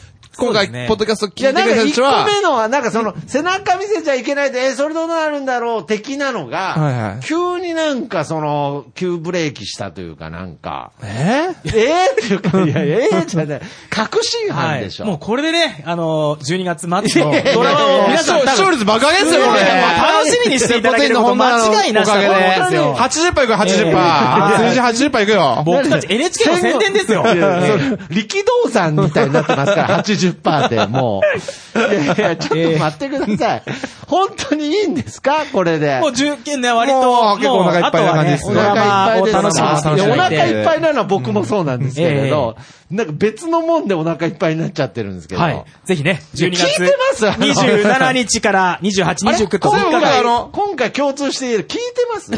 S2: 今回、
S3: そうですね
S2: ポッドキャスト
S1: い
S2: 聞
S1: や、
S2: いて
S1: なん
S2: く
S1: か
S2: れた
S1: 1
S2: 人たち
S1: 個
S2: は、
S1: 目のは、なんかその、背中見せちゃいけないで、え、それどうなるんだろう、的なのが、
S2: はいはい
S1: 急になんかその、急ブレーキしたというかなんか、
S2: え
S1: えー、っていうか、いや、えー、じゃない、確信
S3: は
S1: 犯
S3: い
S1: でしょ。
S3: もうこれでね、あのー、12月末のドラマを皆さん
S2: 視聴視聴率爆上げですよ、これ。
S3: いやいやまあ楽しみにしていただけること間違いなしだと思うんですよ
S2: おかげで80%いくよ、80%。
S3: ええ
S2: 数字80%いくよ。
S3: 僕たち NHK の宣伝ですよ。
S1: いやいや それ力道山みたいになってます から、80%でもう。いやいや、ちょっと待ってください。本当にいいんですかこれで。
S3: もう10件ね、割と。
S2: もう結構お腹いっぱいな感じです
S1: お
S2: ね
S3: もうあと
S1: 腹
S3: はい
S1: っぱいで
S3: ねドラマを
S1: す
S3: 楽しみにしていただいて
S1: いやお
S2: 楽しみにして
S1: 腹いっぱいなのは僕もそうなんですけれど、なんか別のもんでお腹いっぱいになっちゃってるんですけど。
S3: はい。ぜひね、12月。
S1: 聞いてますあの
S3: 27日から28、29と
S1: 今
S2: 今回
S1: 回
S2: あの、
S1: 今回共通している、聞いてます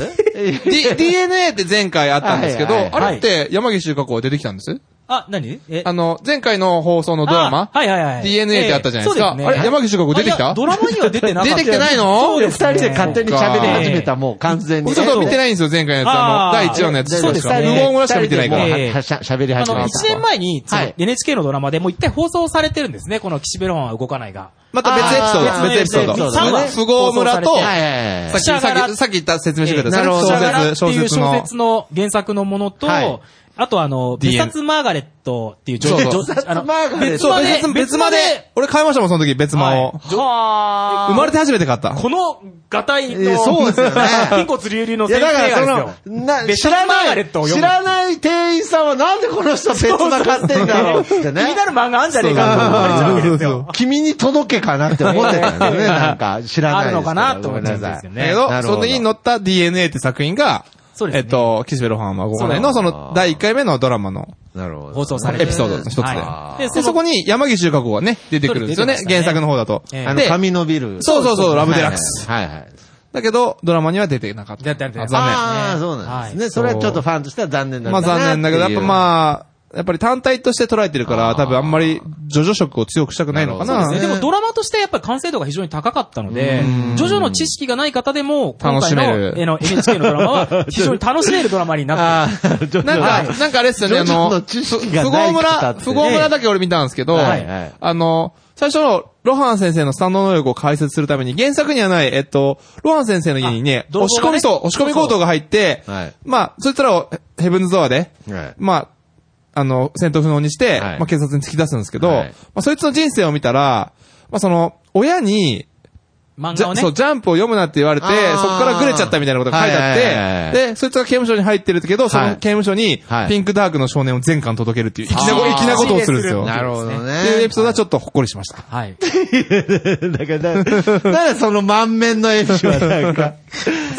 S2: D- DNA って前回あったんですけど、
S1: はいはい
S3: はい
S2: あれって山岸修加子出てきたんです
S3: あ、何え
S2: あの、前回の放送のドラマ
S3: あはいはいはい。
S2: DNA ってあったじゃないですか
S3: ええそうね
S2: あれ山口修子出てきた
S3: あいやドラマには出てなかった。
S2: 出てきてないの
S3: そう
S1: 二
S3: ですね
S1: 人で勝手に喋り始めた、もう完全に。
S2: 僕ちょっと見てないんですよ、前回のやつ。あの、
S3: あー
S2: 第1話のやつ。
S3: そうです
S2: 無
S3: ね
S2: 言ぐらいしか見てないから。
S3: ええ
S1: はしゃ喋り
S3: あ
S1: 始め
S3: の、
S1: た。
S3: 1年前に、そ
S1: は
S3: の
S1: い
S3: NHK のドラマでもう一回放送されてるんですね、この岸辺露伴は動かないが。
S2: また別エピソー
S1: あ
S2: ド、
S1: ー
S2: 別エピソード。
S1: 別エピソードね
S2: 富豪村と、
S1: はいはいはい
S2: さっき、さっき、さっき言った説明してくれた
S1: ええなるほど
S2: 小
S3: シャガラ
S2: 説、
S3: って
S2: 小
S3: いう
S2: 説
S3: 小
S2: の。
S3: 説の原作のものと、
S1: はい
S3: あとあの、
S2: DM
S3: 別冊マーガレットっていう女
S2: そうそう
S3: 女あの
S1: 別冊マーガレット
S3: 別
S2: そう、
S3: まで
S2: 別、別まで、俺買いましたもん、その時、別間を。
S1: は
S2: 生まれて初めて買った。
S3: この、ガタイ
S1: えー
S3: の、
S1: そうですよ ね
S3: 筋骨隆々の
S1: いや、
S3: 先生
S1: だ
S3: がです
S1: から
S3: よ。
S1: その、な
S3: ベ
S1: 知
S3: タな
S1: ら
S3: マー
S1: な
S3: ガレ
S1: い
S3: ットを、
S1: 知
S3: 読む。
S1: らない店員さんはなんでこの人別な買ってんだろうってね
S3: 気に。なる漫画あんじゃねえかと思われちゃうわ けですよ。
S1: 君に届けかなって思ってたんだよね、なんか。知らないです
S3: ある
S1: けど。
S3: のかなと思っちゃうん
S1: ごめ
S3: で
S1: な
S3: す
S1: さ
S3: よ
S1: い
S2: だ
S3: ね
S2: け
S1: なるほど
S2: ど、その時に載った DNA って作品が、
S3: そうで
S2: え
S3: す
S2: っ
S3: ね
S2: と、岸辺露伴は5年のその第1回目のドラマの。
S1: なるほど。
S3: 放送されてる
S2: エピソードの一つで
S3: は
S1: で
S3: い、
S2: で、そこに山岸修加子がね、出てくるんですよね
S3: 出て。きました
S2: 原
S3: ね
S2: 作の方だと。
S3: ええ
S1: あの、
S2: で
S1: 髪伸びる。
S2: そうそうそうラブデラックス
S1: はいはいはい。
S2: だけど、ドラマには出てなかった。
S3: 出てなかった
S2: 残
S1: ああ、そうなんですね。それはちょっとファンとしては残念だ
S2: 念。
S1: っ
S2: ま
S1: た
S2: あ
S1: なっていう。
S2: 残念だけど、やっぱ
S1: あ、
S2: まあ、やっぱり単体として捉えてるから、多分あんまり、ジョジョ色を強くしたくないのか
S1: なるほ
S2: な
S1: ど。
S3: でもドラマとしてやっぱり完成度が非常に高かったので、ジョジョの知識がない方でも、今
S2: 楽し
S3: 回
S2: め
S3: の
S2: る
S3: えの NHK のドラマは非常に楽しめるドラマになっ
S1: ああ、ちょっと
S2: なんか、なんかあれっすよね、あ
S1: ジョジョ
S2: の、
S1: の知識がない方
S2: 不合村、
S1: ってね
S2: 不合村だけ俺見たんですけど、
S1: はいはい
S2: あの、最初の、ロハン先生のスタンド能力を解説するために、原作にはない、えっと、ロハン先生の家にね
S3: あ、
S2: 押
S3: 泥
S2: し
S3: 棒
S2: 込
S3: が
S2: み
S3: ね
S2: そう、押し込み強盗が入って、
S1: はい
S2: まあ、そいつらをヘブンズドアで、
S1: はい
S2: まあ、あの、戦闘不能にして、
S1: はい
S2: まあ、警察に突き出すんですけど、
S1: はい
S2: まあ、そいつの人生を見たら、まあ、その、親に、
S3: た。漫
S2: じ
S3: 画を
S2: ゃ
S3: ね。
S2: そう、ジャンプを読むなって言われて、そ
S1: あ
S2: こ
S1: ー
S2: からグレちゃったみたいなことが書いてあっ
S1: はいはいはいはい
S2: て、で、そいつが刑務所に入ってるけど、そ
S1: は
S2: の
S1: い
S2: 刑務所に
S1: は、い
S2: ピンクダークの少年を全巻届けるっていう、粋なこ
S1: あー
S2: 粋なことをするんですよ。
S1: な
S2: っ
S1: るほ どね。
S2: ていうエピソードはちょっとほっこりしました。
S3: はい。
S1: だから、だからその満面の笑みはなんか。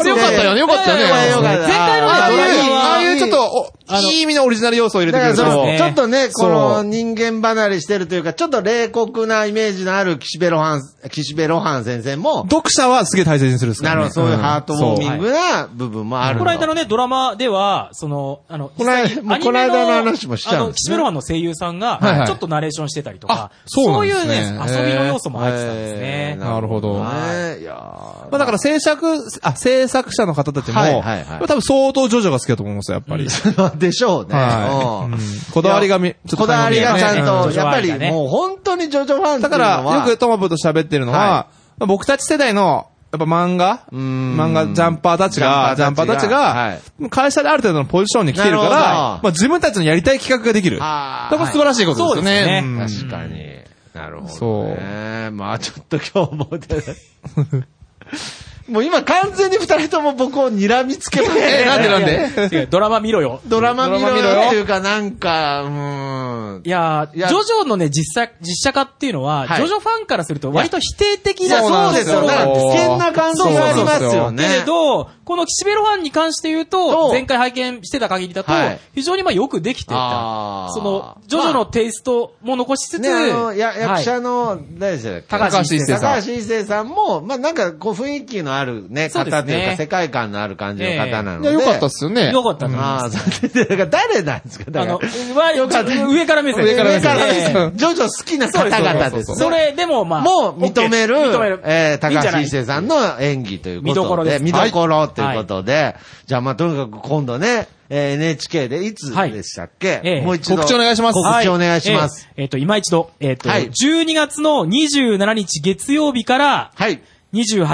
S2: れ良かったよね良かったよね
S1: いやいやよかった
S3: 前回のね
S1: ああいう
S3: ドラマ
S2: あ
S3: は
S2: あいうちょっと、おいい意味のオリジナル要素を入れ
S1: だか
S2: てく
S1: ら
S2: る
S1: そ
S2: と、
S1: の、
S3: ね
S1: ちょっとね、こ
S2: そ
S1: の
S2: う
S1: 人間離れしてるというか、ちょっと冷酷なイメージのある岸辺露伴、岸辺露伴先生も、
S2: 読者はすげえ大切にするんですか
S1: な
S2: ら
S1: る
S2: ね
S1: ほど、そういうハートウォー
S2: そう
S1: ミングな部分もある
S3: この間のね、ドラマでは、その、あの、
S1: この間
S3: 実際に
S1: もうこの間の話もしちゃ
S3: あ
S1: うん
S3: の、
S1: で
S3: 岸
S1: すね
S3: 辺露伴の声優さん
S2: はいは
S3: が
S2: い、
S3: ちょっとナレーションしてたりとか、
S2: そうなんですね
S3: そういうね、遊びの要素も入ってたんです
S1: え
S3: ね
S1: ー。
S2: なるほど
S1: ねいやー
S2: まあだから制作、あ、制作者の方たちも、
S1: はいはいはい
S2: 多分相当ジョジョが好きだと思いますよ、やっぱり。
S1: はでしょうね。
S2: は
S1: うん
S2: いうん。こだわりがみ、ちょっと
S1: こだわりがちゃん
S2: ね
S1: と、
S3: ね
S1: やっぱ
S3: ジョジ
S1: り
S3: ョ愛がね
S1: もう本当にジョジョファンっていう
S2: だ
S1: の
S2: か
S1: は
S2: ら、よくトマブと喋ってるのは、
S1: は
S2: まあ僕たち世代の、やっぱ漫画
S1: ん
S2: 漫画、ジャンパーたちが、ジ
S1: ジ
S2: ャ
S1: ャ
S2: ン
S1: ン
S2: パ
S1: パー
S2: ーた
S1: た
S2: ち
S1: ちが
S2: が、会社である程度のポジションに来てるか
S1: なるほ
S2: ら、
S1: ど
S2: まあ自分たちのやりたい企画ができる。
S1: あー
S2: だから素晴らしいことですよね。
S3: そう
S2: う
S1: 確
S2: ん
S1: かに。なるほど、ね。
S2: そう
S1: まあちょっと今日も 出ない。もう今完全に二人とも僕を睨みつけまして、
S2: えなんでなんで
S3: 違うドラマ見ろよ。
S1: ドラマ見
S2: ドラ
S1: ろ
S2: マ見
S1: よ
S2: ろよ
S1: っていうかなんか、うーん
S3: い。やー
S1: いや
S3: ジョジョのね、実写、実写化っていうのは、
S1: はい
S3: ジョジョファンからすると割と否定的
S1: い
S3: な
S1: や、
S2: そうな
S1: そ
S2: ん
S1: うで
S2: で
S1: すす
S2: よ
S1: よ。だから危険な感想がありますよね。
S3: だけど、この岸辺露ファンに関して言うと、
S1: そう
S3: 前回拝見してた限りだと
S1: はい、
S3: 非常にまあよくできていた
S1: あ。ー
S3: その、ジョジョのテイストも残しつつ、
S1: ね、あの、や、
S3: は
S1: 役
S3: い
S1: 者の、誰でしたっけ
S3: 高橋一
S2: さ
S3: 生
S2: ん
S1: 高橋一生さんも、まあなんかこう雰囲気のあるね、
S3: そうです
S1: 方
S3: ね
S1: というか世界観のある感じの方なの
S2: い
S1: で。
S2: や、よかったっすよね。
S3: よかったと思います
S1: ああ、残念だから誰なんですか
S3: あ
S1: だ
S3: の、
S1: から。
S3: は、よ
S1: かった
S3: 上から目線。
S2: 上から目線
S3: ええ
S2: ええ
S1: ジョジョ好きな方々です
S2: そうですそうですそうです
S1: ね。
S3: それでも、まあ、
S1: もう認める
S3: OK、認める。
S1: えー、
S3: いいん
S1: 高
S3: じゃな
S1: 橋
S3: い
S1: 一生さんの演技ということで。
S3: 見どころです
S1: 見どころということで。じゃあまあとにかく今度ね、えー NHK でいつ
S3: はい
S1: でしたっけ、
S3: ええ
S1: もう一度。
S2: 告知お願いします
S1: 告知お願いします。
S3: はい。えっ、えっと、今一度、えっ、と、
S1: はい
S3: 12月の27日月曜日から、
S1: はい。
S3: 28、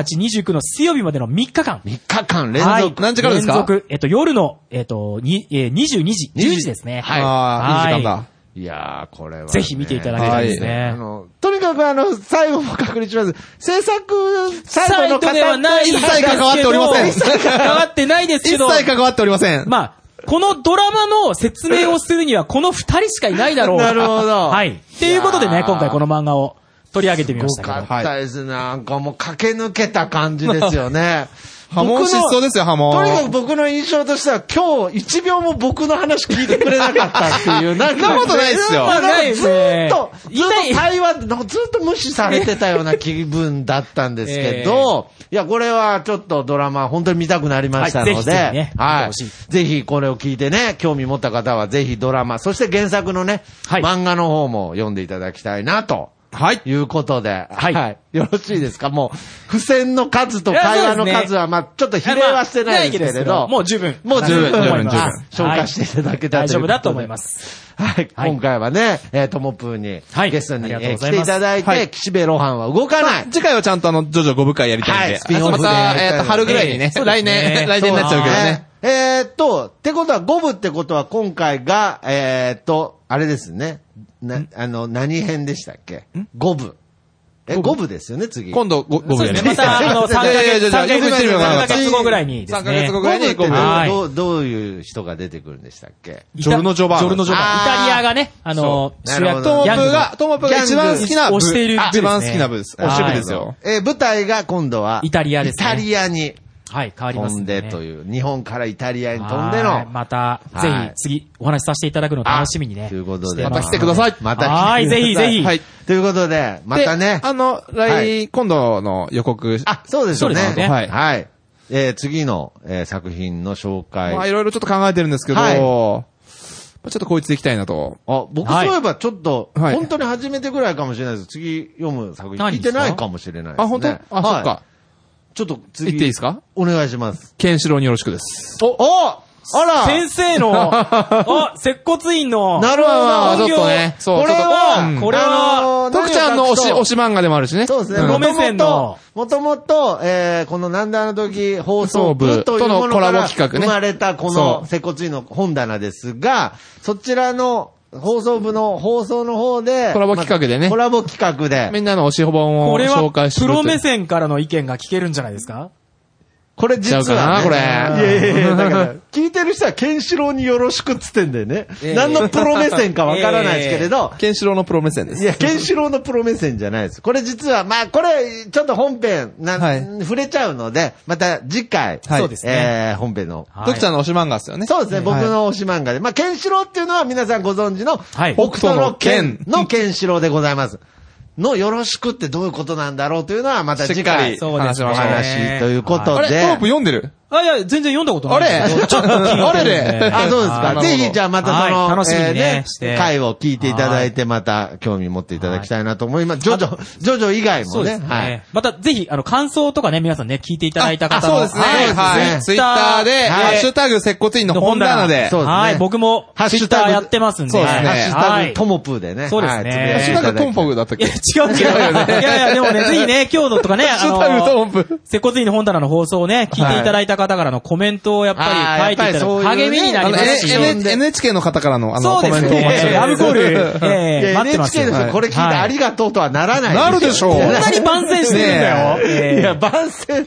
S3: 29の水曜日までの3日間。
S1: 3日間連
S3: は
S1: 続
S3: い。。
S2: 何時からですか
S3: 連続。えっ、と、夜の、えっ、と、に、えー、22時、10時ですね。
S1: はい
S2: ああ、いい時間だ。
S1: いやー、これは、ね。
S3: ぜひ見ていただきたいですね。
S1: あの、とにかくあの、最後も確認します。制作、最後の方
S3: サイトではない
S2: 一切関わっておりません
S3: 一切関わってないです
S2: 一
S3: けど、
S2: 切関わっておりません。
S3: まあ、このドラマの説明をするには、この二人しかいないだろう。
S1: なるほど
S3: はい。っていうことで
S1: い
S3: ね、
S1: やー
S3: 今回この漫画を取り上げてみまし
S1: す
S3: た
S1: ご
S3: けど
S1: か。ったですね。なんかもう駆け抜けた感じですよね。
S2: 波紋失踪ですよ、波紋。
S1: とにかく僕の印象としては、今日一秒も僕の話聞いてくれなかったって いう。なんか
S2: そんなことないっすよ
S1: なんかずーっと、ず
S3: 言いたい
S1: っと対話、なんかずっと無視されてたような気分だったんですけ ど、いや、これはちょっとドラマ本当に見たくなりました
S3: は
S1: の
S3: いぜひぜひね
S1: で、は
S3: 見てほし
S1: い。ぜひこれを聞いてね、興味持った方はぜひドラマ、そして原作のね、
S3: はい
S1: 漫画の方も読んでいただきたいなと。
S2: はい。
S1: いうことで、
S3: はい
S1: よろしいですかもう、付箋の数と
S3: いや
S1: 会話の
S3: そうです
S1: 数
S3: ね
S1: は、まあちょっと比例はしてないですけれど、
S3: もう十分。
S1: もう十分、
S2: 十分
S1: あ
S2: 十分
S1: 紹介していただけた
S3: はい大丈夫だと
S1: いう
S3: 思
S1: こ。
S3: いますす。
S1: はい、
S3: はい
S1: 今回はね、えーともぷーに、
S3: はい
S1: ゲストに、
S3: あり
S1: え
S3: がとうご
S1: ー来てい
S3: ざいます
S1: ただいて、
S2: はい
S1: 岸辺露伴は動かない。
S2: 次回はちゃんとあの、ジョジョ5部会やりたいんで。
S1: はいスピンオ
S2: ま
S1: フで
S2: た、えっ、と、春ぐらいにね。
S3: そうですね
S2: 来年、来年になっちゃうけどね。
S1: えーえーっと、ってことは、五部ってことは今回が、えーっと、あれですね。な、あの、何編でしたっけ五部。え、五部ですよね、次。
S2: 今度5部
S3: そう
S2: や
S3: です
S2: ね。
S3: ね。また、あの、3 ヶ
S2: いやいやいや
S3: 月、
S2: いや
S3: 三ヶ
S2: よく言って
S3: 月
S2: るよ
S3: 三
S2: な
S3: ヶ月後ぐらいにです
S2: 三ヶ月
S3: ね。
S2: 後
S1: ゴブってどう
S3: はい
S1: どうどういう人が出てくるんでしたっけ
S3: イタ
S2: ジョルノジョバーナ
S3: ジョルノジョバーナ
S1: あー
S3: イタリアがね、あの、
S1: そう
S3: 主
S1: なる
S3: 役
S1: ほ
S2: ト
S1: ど
S2: モプ
S3: とギャングの
S2: が、トモプが一番好きな部。
S3: 押している部ですね
S2: 一番好きな部です。おし部ですよ。
S1: えー舞台が今度は、
S3: イタリアですね
S1: イタリアに
S3: はい、変わりま
S1: 飛
S3: す
S1: ん
S3: ね。
S1: でと
S3: う。
S1: いう、日本からイタリアに飛んでの、
S3: また、ぜ
S1: はい
S3: ひ、次、お話しさせていただくのを楽しみにね。
S1: ということで、
S3: してます
S2: また来てください
S1: また来てくださ
S3: はい、ぜひぜ ひ。
S2: は
S3: はいい。
S1: ということで、またね
S2: で、あの、
S1: は
S2: 来、今度の予告。
S1: あ、そうですよね。
S3: そうですよね
S1: は。
S2: はいい
S1: はい。えー次の、えー作品の紹介。
S2: まあ、いろいろちょっと考えてるんですけど、
S1: はい
S2: まあちょっとこいつでいきたいなと。
S1: あ、僕
S3: は
S1: そ
S3: いう
S1: いえばちょっと、
S2: はい
S1: 本当に初めてぐらいかもしれないです。次読む作品
S3: 何
S1: 聞
S3: で
S1: い
S3: す
S1: て
S3: か
S1: ないかもしれないです、ね。
S2: あ、本当？あ、
S1: はい
S2: そっか。
S1: ちょっと
S2: 言っ
S1: 次。
S2: ていいですか
S1: お願いします。
S2: ケンシロウによろしくです。
S1: お、おあら
S3: 先生 の、あ、接骨院の、
S1: なるほど
S2: あちょっとね。そう、
S1: こ
S2: ち
S1: れ
S2: ょっ
S1: は、
S2: とうん
S3: これは
S1: あのー
S2: 徳ちゃんの推し、推し漫画でもあるしね。
S1: そうですね。
S2: ん
S3: プロ
S1: もと
S3: 目
S1: も
S3: 線
S1: と
S3: の、
S1: もともと、えー、このなんであの時放送
S2: 放送
S1: 部
S2: 部
S1: というものか
S2: とのコラ
S1: ら
S2: ボ企画ね
S1: 生まれたこ
S2: そ
S1: の
S2: う
S1: 接骨院の本棚ですが、そちらの放送部の放送の方で、
S2: コラボ企画でね
S1: まあコラボ企画
S2: み
S1: で、
S2: んなの推し本
S3: こ
S2: を
S3: れは
S2: 紹介、す
S3: プ
S2: ると
S3: ロ
S2: いう
S3: 目線からの意見が聞けるんじゃないですか
S1: これ実は、ね、
S2: ちゃうかなこれ
S1: いやいやいや、だ から、聞いてる人はケンシロウによろしくっつってんだよね。
S2: ええ
S1: 何のプロ目線かわからないですけれど、
S2: ケンシロウのプロ目線で
S1: い
S2: す。
S1: や、ケンシロウのプロ目線じゃないです。これ実は、まあ、これ、ちょっと本編、な、
S2: はい
S1: 触れちゃうので、また次回、
S2: はいそう
S3: ですね
S1: えー、本編の。
S3: はい
S2: 徳ちゃんの推し漫画ですよね。
S1: そうですね、僕
S2: はい
S1: の推し漫画で。まあ、ケンシロウっていうのは皆さんご存知の、
S3: はい
S1: 北斗の
S2: 北
S1: 剣
S2: 斗の
S1: のケンシロウでございます。のよろしくってどういうことなんだろうというのは、また
S2: しっ
S1: 次
S2: かり
S1: 回、
S3: そうです
S2: 話し
S3: ね
S1: お
S2: ましょう。
S1: 話というこ
S2: あ
S1: と
S2: れ、ト
S1: で
S2: ロップ、読んでる
S3: あ、いや、全然読んだことな
S1: あ
S3: い
S1: れ
S3: ですけど。ちょっと気になっ
S1: あ
S3: てる
S1: れ
S3: んで
S1: れあ、そうです
S3: あ
S1: か。
S3: ー
S1: ぜひ、じゃあまたその、
S3: はい楽しみにね
S1: えー
S3: して
S1: 回を聞いていただいて、また興味持っていただきたいなと思います。ジョジョ、ジョジョ以外
S3: そ
S1: も
S3: うで
S1: ね。
S3: すね。
S1: はい。
S3: また、ぜひ、あの、感想とかね、皆さんね、聞いていただいた
S2: あ、
S3: 方の。
S2: そうですね。
S1: はい
S2: はい。ツイッターで、ハ
S1: はい
S2: ッシュタグ、接骨院の
S3: の
S2: 本
S3: 本
S2: 棚
S3: 棚
S2: で、
S1: そうですね
S3: はい、僕も、
S1: ハッシュタグ
S3: Twitter やってますんで。
S2: そうですね
S1: ハ
S3: は
S1: ッ
S3: い
S1: シュタ
S3: は
S1: グ、
S3: い
S1: トモプーでね。
S3: そうで
S1: は
S3: すね
S1: いつぶ
S2: ハ
S1: やい
S2: ッシ
S1: てい
S2: ュ
S1: ただい
S2: タグ
S1: て
S2: トンポグだったっ
S3: いや、
S2: け
S3: 違うけど。いやいや、でもね、ぜひね、今日のとかね、
S2: ハッ
S3: あ
S2: シュタグト
S3: の、
S2: ンプ。
S3: 接骨院の本棚の放送をね、聞いていただいた方からのコメントをやっぱり書いていた
S1: あーやっぱり
S3: だ
S1: そういう
S3: く
S1: ね
S3: 励みにな
S2: あ
S3: り
S2: の、
S3: ます
S2: N-
S3: し。
S2: N- NHK の方からの、あの、
S3: そ
S2: コ
S3: うで
S2: メン
S3: す
S2: トをお待ちして
S3: ね。
S2: ま
S3: ラ
S2: す
S3: ブコ ール、ええ
S1: いや
S3: 待ってますよ
S1: NHK の人これ聞いて
S3: はい
S1: ありがとうとはならない。
S2: なるでしょう
S1: いや
S3: こんなに万全してるんだよ。え え
S1: いや、番宣、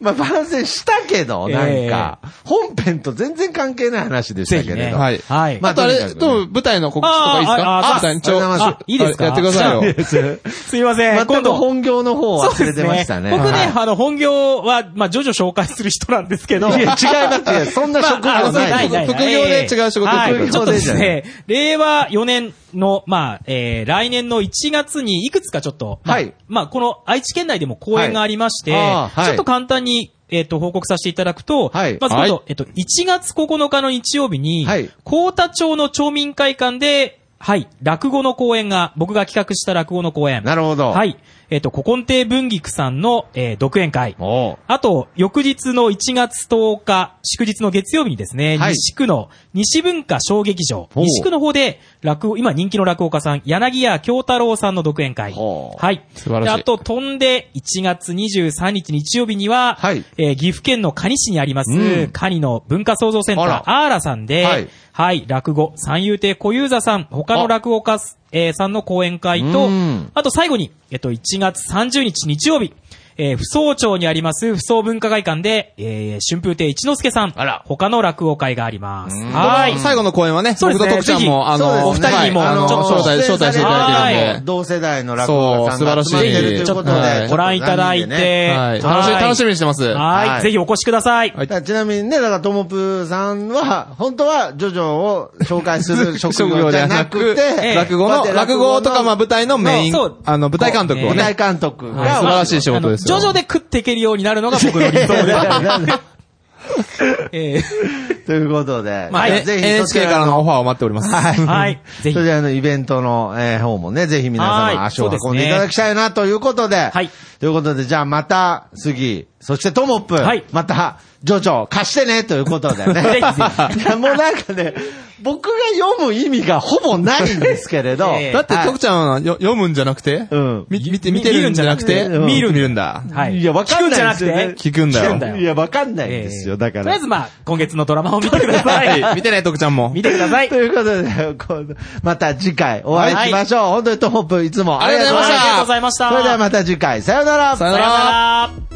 S1: まあ、番宣したけど、なんか、本編と全然関係ない話でしたけれ
S3: ぜひね
S1: ど。
S2: はい。
S3: はい。
S1: ま
S2: あとあ
S1: とに
S2: れ、
S1: かくね
S2: と、舞台の告知とかいいです
S3: ああ
S2: か
S3: あ
S2: 舞台にちょ
S1: あありがとうございます
S3: あ、いいですか
S2: やってくださいよ。
S3: すいませ
S1: 全
S3: ん。今
S1: く
S3: 度
S1: 本業の方は忘れてましたね。
S3: そうですね僕ね、
S1: は
S3: あの、本業は、まあ、徐々紹介する人なんですけど。
S1: いいや、違いますよ。そんな職
S3: まあ
S1: 業
S3: そう
S1: ないです。
S2: 副業で違う仕事
S3: は
S1: 副業で
S3: い、ちょっとですね、令和4年の、まあ、えー、来年の1月にいくつかちょっと、まあ
S1: はい
S3: まあ、この愛知県内でも公演がありまして、
S1: はいあーはい
S3: ちょっと簡単に、えっ、と、報告させていただくと、
S1: はい
S3: まず今度、
S1: は
S3: えっと、1月9日の日曜日に、
S1: はい
S3: 高田町の町民会館で、はい、落語の公演が、僕が企画した落語の公演。
S1: なるほど。
S3: は。い。えっ、と、古今亭文菊さんの、えー、独演会。
S1: おう
S3: あと、翌日の1月10日、祝日の月曜日にですね、
S1: はい
S3: 西区の西文化小劇場、
S1: ほう
S3: 西区の方で、落語、今人気の落語家さん、柳家京太郎さんの独演会。
S1: ほう
S3: はい。
S2: 素晴らしい
S3: であと、飛んで、1月23日日曜日には、
S1: はい
S3: えー岐阜県の蟹市にあります、
S1: うん
S3: 蟹の文化創造センタ
S1: あ
S3: ー、
S1: ら
S3: アーラさんで、
S1: は
S3: はいい、落語、三遊亭小遊三さん、他
S1: あ
S3: の落語家す、えーさんの講演会と
S1: うん、
S3: あと最後に、えっと、1月30日日曜日、えー、不総町にあります、不総文化会館で、えー、春風亭一之輔さん、
S1: あら
S3: 他の落語会があります。
S1: うん
S3: はい。
S2: 最後の公演はね、
S3: そうですね
S2: 僕と徳ちゃんも、あ
S1: そ
S2: の、
S1: うですね
S2: はい
S3: お二人にも
S2: あの
S3: ちょっと
S2: 招待、招待していただいてるんで。
S1: 同世代の落語家さんが集まってるということ
S2: そう素晴らし
S1: で。
S2: い
S3: ご覧いただいて、
S2: はい。楽しみ、楽しみにしてます。
S3: はい。
S1: はい
S3: ぜひお越しください。
S1: だからちなみにね、だから、ともぷーさんは、本当は、ジョジョを紹介する 職業じゃなくて、
S3: ええ
S2: 落語
S1: こう
S2: の、
S1: やって
S2: 落語とか、まあ、舞台のメイン
S3: そう、
S2: あの、舞台監督を
S1: 舞台
S2: ね、
S1: 監督
S2: はい素晴
S1: が、
S2: らしい仕事ですよ。
S3: あの徐々で食っていけるようになるのが僕の理想でえ
S1: ということで、
S3: まあ
S2: ね
S1: ぜひ
S2: NHK からのオファーを待っております。
S1: はい。
S3: ー はい。ぜひ
S1: それ。であの、イベントの、えー方もね、ぜひ皆様
S3: はい
S1: 足を
S3: そ
S1: 運
S3: うんです
S1: でい
S3: ね
S1: ただきたいなということで、
S3: はい
S1: ということで、じゃあまた、次、そしてともっぷ、
S3: はい
S1: また、ジョジョ、貸してね、ということでね。
S3: ひ ぜ
S1: いやもうなんかね、僕が読む意味がほぼないんですけれど、
S3: ええ
S2: だって、
S1: はい
S2: 徳ちゃんはよ読むんじゃなくて
S1: うん
S2: み見て、
S3: み
S2: 見てるんじゃなくて
S1: 見るんじゃなくて
S2: 見る見るんだ。
S3: はい。
S1: いや、わかんないですよ
S3: 聞くんじゃな
S1: ね
S3: く。て
S2: 聞くんだよ
S3: 聞くんだ。よ
S1: いや、わかんないん
S3: ええ
S1: ですよ、だから。
S3: とりあえずまあ、今月のドラマを見てくださ い。
S2: 見てね、徳ちゃんも
S3: 見。てください
S1: と。いうことで、今度また次回お会いしましょう。本当にトモップいつもあ
S2: あ
S1: り
S2: り
S1: がと
S2: がと
S1: うご
S2: うご
S1: ざ
S2: ざ
S1: い
S2: い
S1: ま
S2: ま
S1: し。
S2: したた
S3: あ
S1: そ
S3: りがとうございました。
S1: れではまた次回、さようなら
S2: さよな
S3: さよう
S2: ら。
S3: なら。